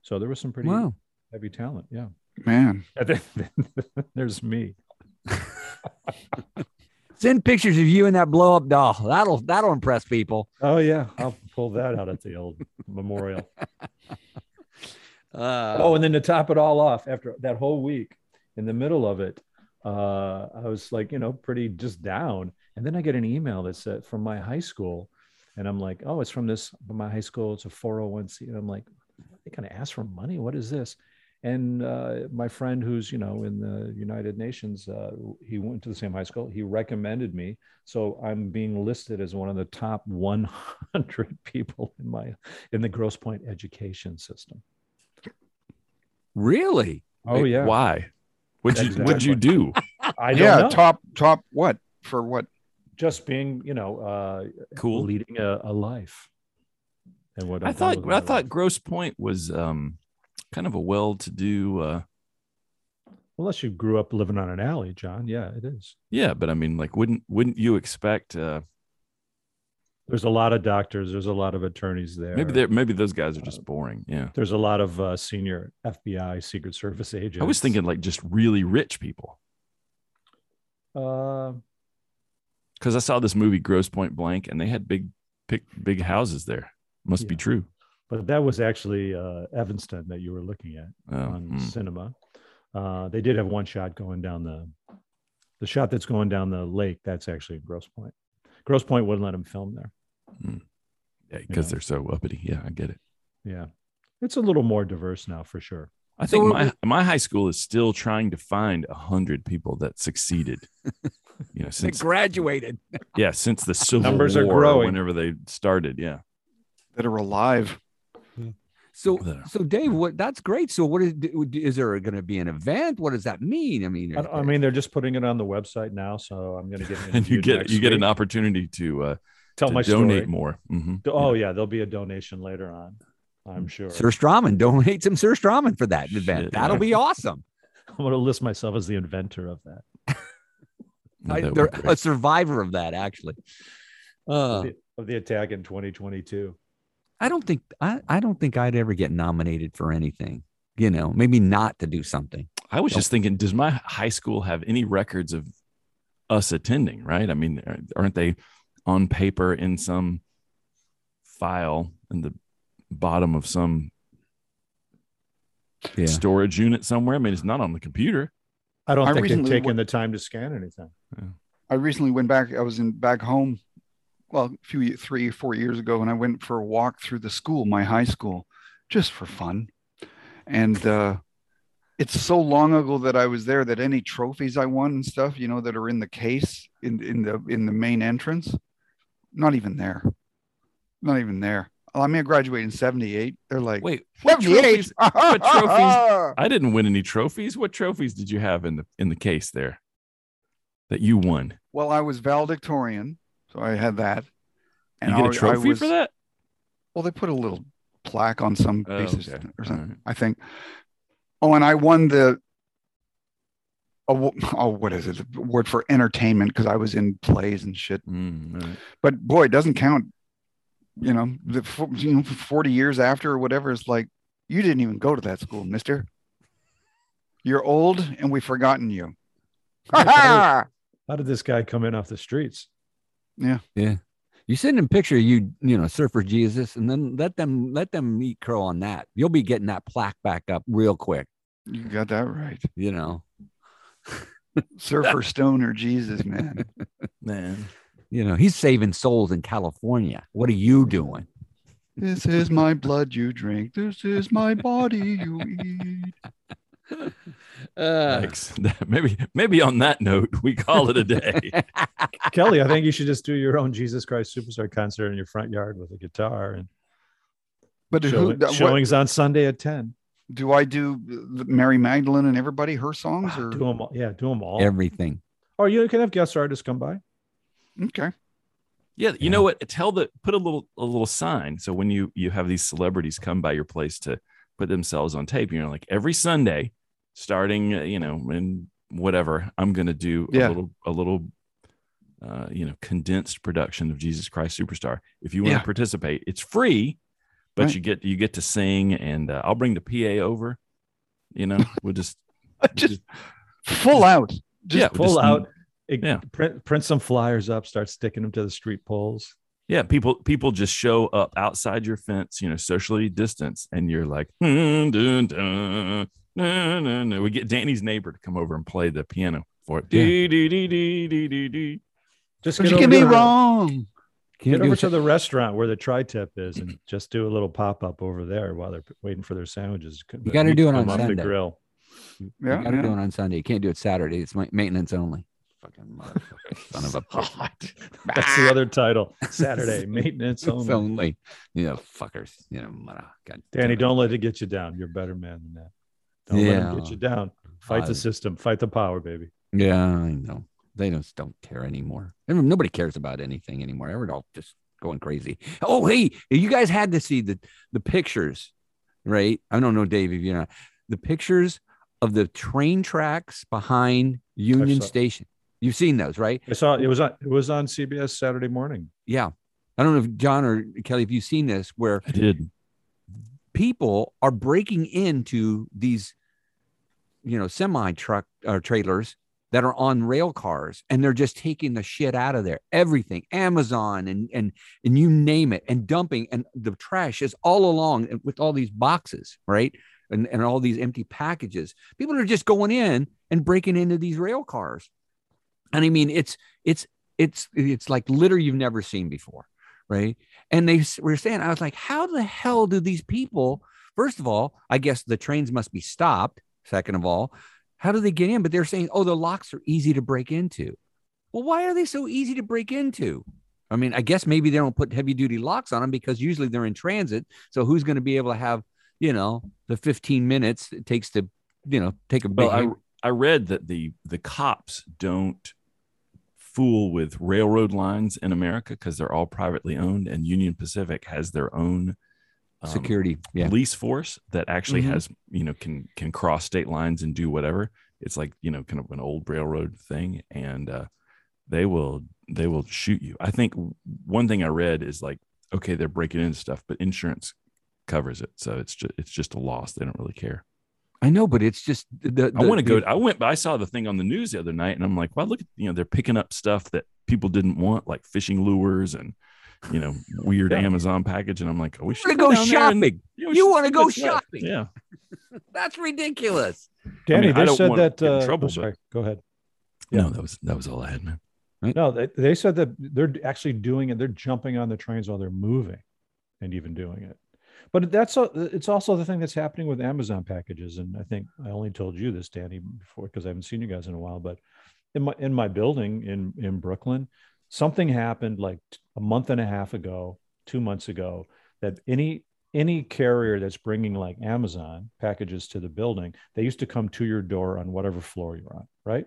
S2: so there was some pretty
S4: wow
S2: heavy talent. Yeah.
S3: Man.
S2: And then- then there's me.
S4: send pictures of you and that blow up doll that'll that'll impress people
S2: Oh, yeah. I'll pull that out at the old memorial.
S6: Uh,
S2: Oh, and then to top it all off, after that whole week, in the middle of it, uh, I was like, you know, pretty just down. And then I get an email that said from my high school, and I'm like, oh, it's from this my high school. It's a 401c, and I'm like, they kind of ask for money. What is this? And uh, my friend, who's you know in the United Nations, uh, he went to the same high school. He recommended me, so I'm being listed as one of the top 100 people in my in the Gross Point education system.
S4: really
S2: Oh yeah,
S5: Why? What'd you, what'd you
S2: Exactly.
S5: do?
S2: I don't
S3: yeah.
S2: know.
S3: Top, top what? For what?
S2: just being, you know, uh,
S5: Cool.
S2: leading a, a life. And what
S5: I
S2: I've done with
S5: thought
S2: my
S5: I thought
S2: life.
S5: Gross Point was um, kind of a well-to-do. Uh,
S2: unless you grew up living on an alley, John. Yeah, it is.
S5: yeah, but I mean, like, wouldn't wouldn't you expect uh,
S2: There's a lot of doctors. There's a lot of attorneys there.
S5: Maybe they're maybe those guys are just boring. Yeah.
S2: There's a lot of uh, senior FBI, Secret Service agents.
S5: I was thinking like just really rich people.
S2: Uh,
S5: Because I saw this movie Gross Point Blank and they had big pick big houses there. Must be
S2: Yeah.
S5: true.
S2: but that was actually uh, Evanston that you were looking at
S5: Oh,
S2: on
S5: mm.
S2: cinema. Uh, they did have one shot going down the, the shot that's going down the lake. That's actually Gross Point. Gross Point wouldn't let him film there.
S5: Yeah, because
S2: Yeah.
S5: they're so uppity. Yeah, I get it.
S2: Yeah, it's a little more diverse now for sure.
S5: I
S4: So
S5: think
S4: we're-
S5: my my high school is still trying to find a hundred people that succeeded. you know,
S4: They
S5: since
S4: graduated.
S5: yeah, since the Civil
S2: Numbers are
S5: War, or
S2: growing.
S5: Whenever they started, yeah.
S3: that are alive.
S4: So,
S5: There.
S4: so Dave, what? That's great. So, what is? Is there going to be an event? What does that mean? I mean, uh,
S2: I, I mean, they're just putting it on the website now, so I'm going to get an
S5: and you
S2: interview
S5: get
S2: next
S5: you get an
S2: week.
S5: opportunity to, uh,
S2: tell
S5: to
S2: my
S5: donate
S2: story.
S5: more. hmm
S2: Do- Oh yeah, there'll be a donation later on. I'm sure.
S4: Sir Strawman, donate some Sir Strawman for that event.
S5: Shit,
S4: That'll
S5: yeah.
S4: be awesome.
S2: I'm going to list myself as the inventor of that.
S4: I, they're a survivor of that, actually. Uh,
S2: The- of the attack in 2022.
S4: I don't think I, I don't think I'd ever get nominated for anything. You know, maybe not to do something.
S5: I was just thinking, does my high school have any records of us attending? Right? I mean, aren't they on paper in some file in the bottom of some
S4: Yeah.
S5: storage unit somewhere? I mean, it's not on the computer.
S2: I don't
S3: I
S2: think they've
S3: recently
S2: taken
S3: went-
S2: the time to scan anything.
S3: I recently went back. I was in back home, well, a few ye- three four years ago, and I went for a walk through the school, my high school, just for fun. And uh, it's so long ago that I was there that any trophies I won and stuff, you know, that are in the case in in the in the main entrance, not even there, not even there. Well, I mean, I graduated in '78. They're like
S5: Wait, what
S3: '78.
S5: trophies? what trophies? I didn't win any trophies. What trophies did you have in the in the case there that you won?
S3: Well, I was valedictorian, so I had that.
S5: You get a
S3: I- I
S5: trophy for
S3: was-
S5: that?
S3: Well, they put a little plaque on some
S5: Oh,
S3: pieces
S5: okay.
S3: or
S5: All
S3: something,
S5: right.
S3: I think. Oh, and I won the oh, oh what is it? The award for entertainment because I was in plays and shit.
S5: Mm, all right.
S3: But boy, it doesn't count. You know, the fo- you know, forty years after or whatever, it's like you didn't even go to that school, Mister. You're old, and we've forgotten you.
S2: Yeah,
S3: Ha-ha!
S2: How did this guy come in off the streets?
S4: You send them picture of you, you know, surfer Jesus, and then let them let them eat crow on that. You'll be getting that plaque back up real quick.
S3: you got that right.
S4: You know,
S3: Surfer, stoner, Jesus, man.
S5: Man,
S4: you know, he's saving souls in California. What are you doing?
S3: This is my blood you drink. This is my body you eat.
S6: Uh,
S5: thanks. maybe maybe on that note, we call it a day.
S2: Kelly, I think you should just do your own Jesus Christ Superstar concert in your front yard with a guitar and
S3: But
S2: show-
S3: who, that, what,
S2: showings on Sunday at 10.
S3: do I do uh, the Mary Magdalene and everybody her songs
S2: Wow,
S3: or
S2: do them all. Yeah, do them all.
S4: Everything.
S2: Or you can have guest artists come by.
S3: okay?
S5: Yeah, you know what? Tell the put a little a little sign. So when you you have these celebrities come by your place to put themselves on tape, you're like every Sunday, starting uh, you know and whatever, I'm gonna do
S3: Yeah.
S5: a little a little uh, you know condensed production of Jesus Christ Superstar. If you want to
S3: Yeah.
S5: participate, it's free, but
S3: Right.
S5: you get you get to sing, and uh, I'll bring the PA over. You know, we'll just
S3: Just full out. Just
S5: yeah, we'll
S2: Pull
S5: just-
S2: out, it-
S5: yeah.
S2: print, print some flyers up, start sticking them to the street poles.
S5: Yeah, people people just show up outside your fence, you know, socially distance, and you're like, "Dun, dun, dun, dun, dun, dun." we get Danny's neighbor to come over and play the piano for it.
S4: Yeah.
S5: Dee, dee, dee, dee, dee, dee, dee.
S2: Just
S3: Don't you
S2: over
S3: get me
S2: to the-
S3: wrong.
S4: Can
S2: Get
S4: do
S2: over
S4: a-
S2: to the restaurant where the tri tip is and just do a little pop up over there while they're waiting for their sandwiches. to
S4: You gotta do it
S2: come
S4: on
S2: off
S4: Sunday.
S2: The grill.
S4: You
S3: Yeah,
S4: gotta
S3: yeah.
S4: do it on Sunday. You can't do it Saturday. It's ma- maintenance only. Fucking motherfucker. Son of a bitch.
S5: Ah.
S2: That's the other title. Saturday maintenance
S4: It's
S2: only.
S4: only. You know, fuckers. You know, mother- God damn
S2: Danny,
S4: it.
S2: don't let it get you down. You're a better man than that. Don't let it
S4: Yeah.
S2: get you down. Fight
S4: I-
S2: the system. Fight the power, baby.
S4: Yeah, I know. They just don't care anymore. I mean, nobody cares about anything anymore. Everyone all just going crazy. Oh, hey, you guys had to see the the pictures, right? I don't know, Dave, if you're not the pictures of the train tracks behind Union
S2: saw-
S4: Station. You've seen those, right?
S2: I saw it was on it was on CBS Saturday morning.
S4: Yeah. I don't know if John or Kelly, if you've seen this, where
S5: I did.
S4: people are breaking into these, you know, semi truck or trailers that are on rail cars and they're just taking the shit out of there. Everything, Amazon and and and you name it, and dumping and the trash is all along with all these boxes, right? And and all these empty packages. People are just going in and breaking into these rail cars. And I mean, it's it's it's it's like litter you've never seen before, right? And they s- were saying, I was like, how the hell do these people? First of all, I guess the trains must be stopped. Second of all, how do they get in? But they're saying, oh, the locks are easy to break into. Well, why are they so easy to break into? I mean, I guess maybe they don't put heavy duty locks on them because usually they're in transit. So who's going to be able to have, you know, the 15 minutes it takes to, you know, take a big.
S5: Well, I I read that the the cops don't fool with railroad lines in America because they're all privately owned, and Union Pacific has their own um,
S4: security. Yeah.
S5: police force that actually
S4: Mhm.
S5: has you know can can cross state lines and do whatever. It's like you know kind of an old railroad thing, and uh, they will they will shoot you. I think one thing I read is like okay, they're breaking into stuff, but insurance covers it, so it's just it's just a loss. They don't really care.
S4: I know, but it's just. The,
S5: I
S4: the-
S5: want to
S4: the-
S5: go. I went, but I saw the thing on the news the other night, and I'm like, "Wow, look at you know they're picking up stuff that people didn't want, like fishing lures and you know weird
S2: Yeah.
S5: Amazon package." And I'm like, "Oh, we should
S4: wanna go
S5: down there and-
S4: shopping.
S5: yeah, we
S4: You
S5: should
S4: wanna
S5: do
S4: go
S5: this stuff."
S4: shopping.
S5: Yeah,
S4: That's ridiculous.
S2: Danny,
S5: mean, I
S2: they
S5: don't
S2: said
S5: wanna
S2: that.
S5: get in
S2: Uh,
S5: trouble,
S2: trouble,
S5: but-
S2: sorry, go ahead.
S5: no, that was that was all I had, man.
S2: No, they, they said that they're actually doing it. They're jumping on the trains while they're moving, and even doing it. But that's a, it's also the thing that's happening with Amazon packages. And I think I only told you this, Danny, before because I haven't seen you guys in a while. But in my in my building in in Brooklyn, something happened like t- a month and a half ago, two months ago, that any any carrier that's bringing like Amazon packages to the building, they used to come to your door on whatever floor you're on, right?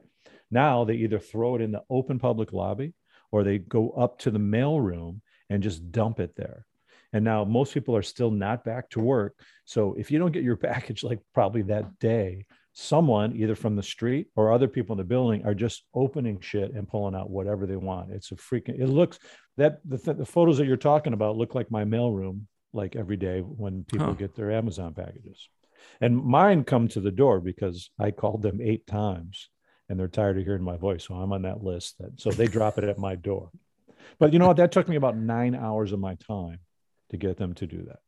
S2: Now they either throw it in the open public lobby or they go up to the mail room and just dump it there. And now most people are still not back to work. So if you don't get your package like probably that day, someone either from the street or other people in the building are just opening shit and pulling out whatever they want. It's a freaking it looks that the, th- the photos that you're talking about look like my mail room like every day when people
S5: Huh.
S2: get their Amazon packages. And mine come to the door because I called them 8 times and they're tired of hearing my voice. So I'm on that list. That, so they drop it at my door. But you know what? That took me about nine hours of my time to get them to do that.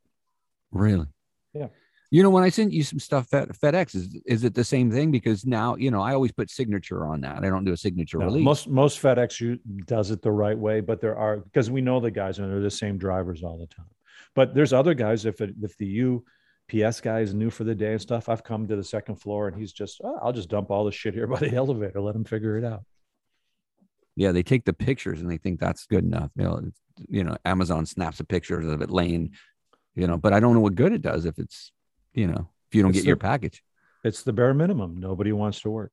S4: Really?
S2: Yeah.
S4: You know, when I sent you some stuff at FedEx, is, is it the same thing? Because now, you know, I always put signature on that. I don't do a signature
S2: No,
S4: release.
S2: most most FedEx u- does it the right way, but there are because we know the guys and they're the same drivers all the time. But there's other guys. If it, if the UPS guy is new for the day and stuff, I've come to the second floor and he's just, "Oh, I'll just dump all this shit here by the elevator. Let him figure it out.
S4: yeah, they take the pictures and they think that's good enough. You know, it's, you know, Amazon snaps a picture of it laying, you know, but I don't know what good it does if it's, you know, if you don't
S2: It's
S4: get your
S2: the-
S4: package.
S2: It's the bare minimum. Nobody wants to work.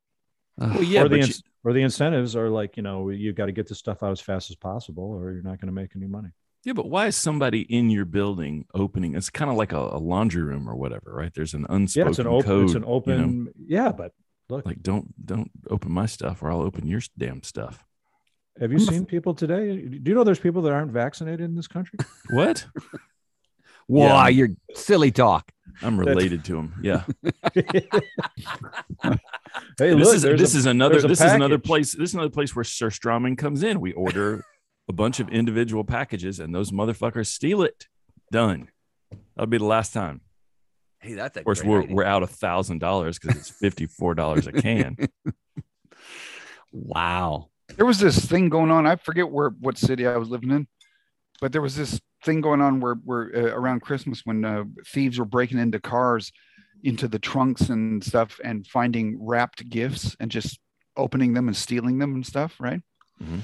S4: Ugh.
S5: Well, yeah,
S2: or the
S5: but you-
S2: in- or the incentives are like you know you got to get this stuff out as fast as possible, or you're not going to make any money.
S5: yeah, but why is somebody in your building opening? It's kind of like a, a laundry room or whatever, right? There's an unspoken
S2: Yeah, it's an open.
S5: code.
S2: it's an
S5: you know?
S2: open. Yeah, but look,
S5: Like don't don't open my stuff or I'll open your damn stuff.
S2: have you seen people today? Do you know there's people that aren't vaccinated in this country?
S5: What?
S4: Why you're silly talk.
S5: I'm
S2: That's-
S5: related to him. Yeah.
S2: hey,
S5: And
S2: look,
S5: this is
S2: there's
S5: this
S2: a-
S5: is another
S2: there's a
S5: this is another
S2: package.
S5: place this is another place where Sir Strawman comes in. We order a bunch of individual packages and those motherfuckers steal it. Done. That'll be the last time.
S4: Hey, that's a
S5: Of course, we're, we're out a thousand dollars because it's fifty four dollars a can.
S4: wow.
S3: there was this thing going on. I forget where what city I was living in, but there was this thing going on where where uh, around Christmas when uh, thieves were breaking into cars, into the trunks and stuff, and finding wrapped gifts and just opening them and stealing them and stuff, right?
S5: Mhm.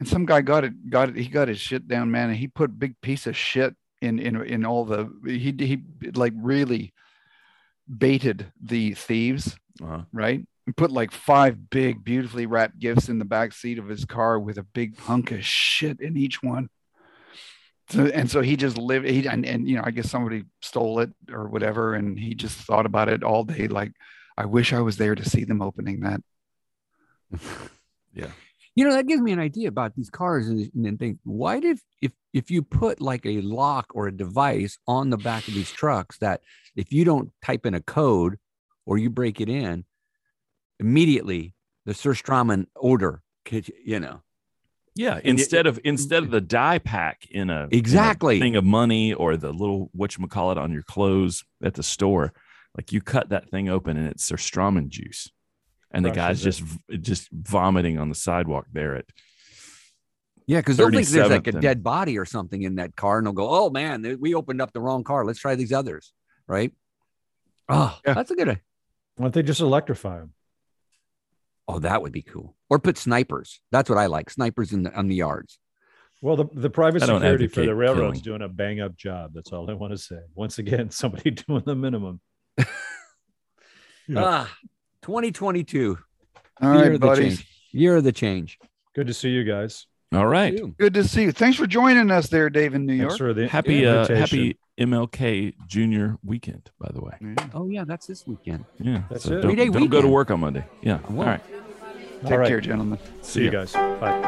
S3: And some guy got it, got it. He got his shit down, man, and he put a big piece of shit in in in all the he he like really baited the thieves
S5: Uh-huh.
S3: right? And put like five big, beautifully wrapped gifts in the back seat of his car with a big hunk of shit in each one. So, and so he just lived, he, and, and, you know, I guess somebody stole it or whatever. And he just thought about it all day. Like, I wish I was there to see them opening that.
S4: You know, that gives me an idea about these cars and, and then think, why did if if you put like a lock or a device on the back of these trucks that if you don't type in a code or you break it in, immediately the Surstraumann order could you know
S5: Yeah,
S4: it-
S5: instead of instead of the die pack in a in a
S4: Exactly.
S5: thing of money or the little what you call it on your clothes at the store, like you cut that thing open and it's their Strawman juice, and the guy's
S2: Crushes
S5: just v- just vomiting on the sidewalk there at
S4: Yeah, because they'll think there's like
S5: 37th
S4: a
S5: and-
S4: dead body or something in that car, and they'll go, "Oh man, th- we opened up the wrong car. Let's try these others." Right? Oh,
S3: Yeah.
S4: that's a good. i-
S2: Why don't they just electrify them?
S4: Oh, that would be cool. Or put snipers. That's what I like. Snipers in the on the yards.
S2: Well, the, the private
S5: I don't
S2: security for the
S5: advocate
S2: railroad's doing a bang up job. That's all I want to say. Once again, somebody doing the minimum. Yeah.
S4: Ah, 2022
S3: All
S4: year
S3: right,
S4: of the
S3: buddies.
S4: change. Year of the change.
S2: Good to see you guys.
S5: all right.
S4: Boom.
S3: Good to see you. Thanks for joining us there, Dave, in New
S2: Thanks
S3: York.
S2: for the
S5: Happy uh,
S2: invitation.
S5: happy MLK Junior weekend, by the way.
S3: Yeah.
S4: Oh yeah, that's this weekend.
S5: Yeah,
S2: That's
S5: so
S2: it.
S5: Don't,
S4: Three-day
S5: don't go to
S4: weekend.
S5: work on Monday. Yeah,
S4: I
S5: all
S4: won't.
S5: right.
S2: All
S3: Take
S2: right.
S3: care, gentlemen.
S2: See you guys. Bye.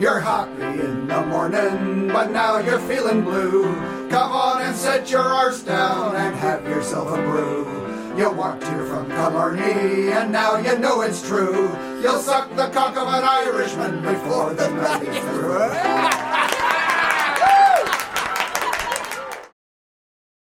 S1: You're happy in the morning, but now you're feeling blue. Come on and set your arse down and have yourself a brew. You walked here from Killarney, and now you know it's true. You'll suck the cock of an Irishman before the night is through.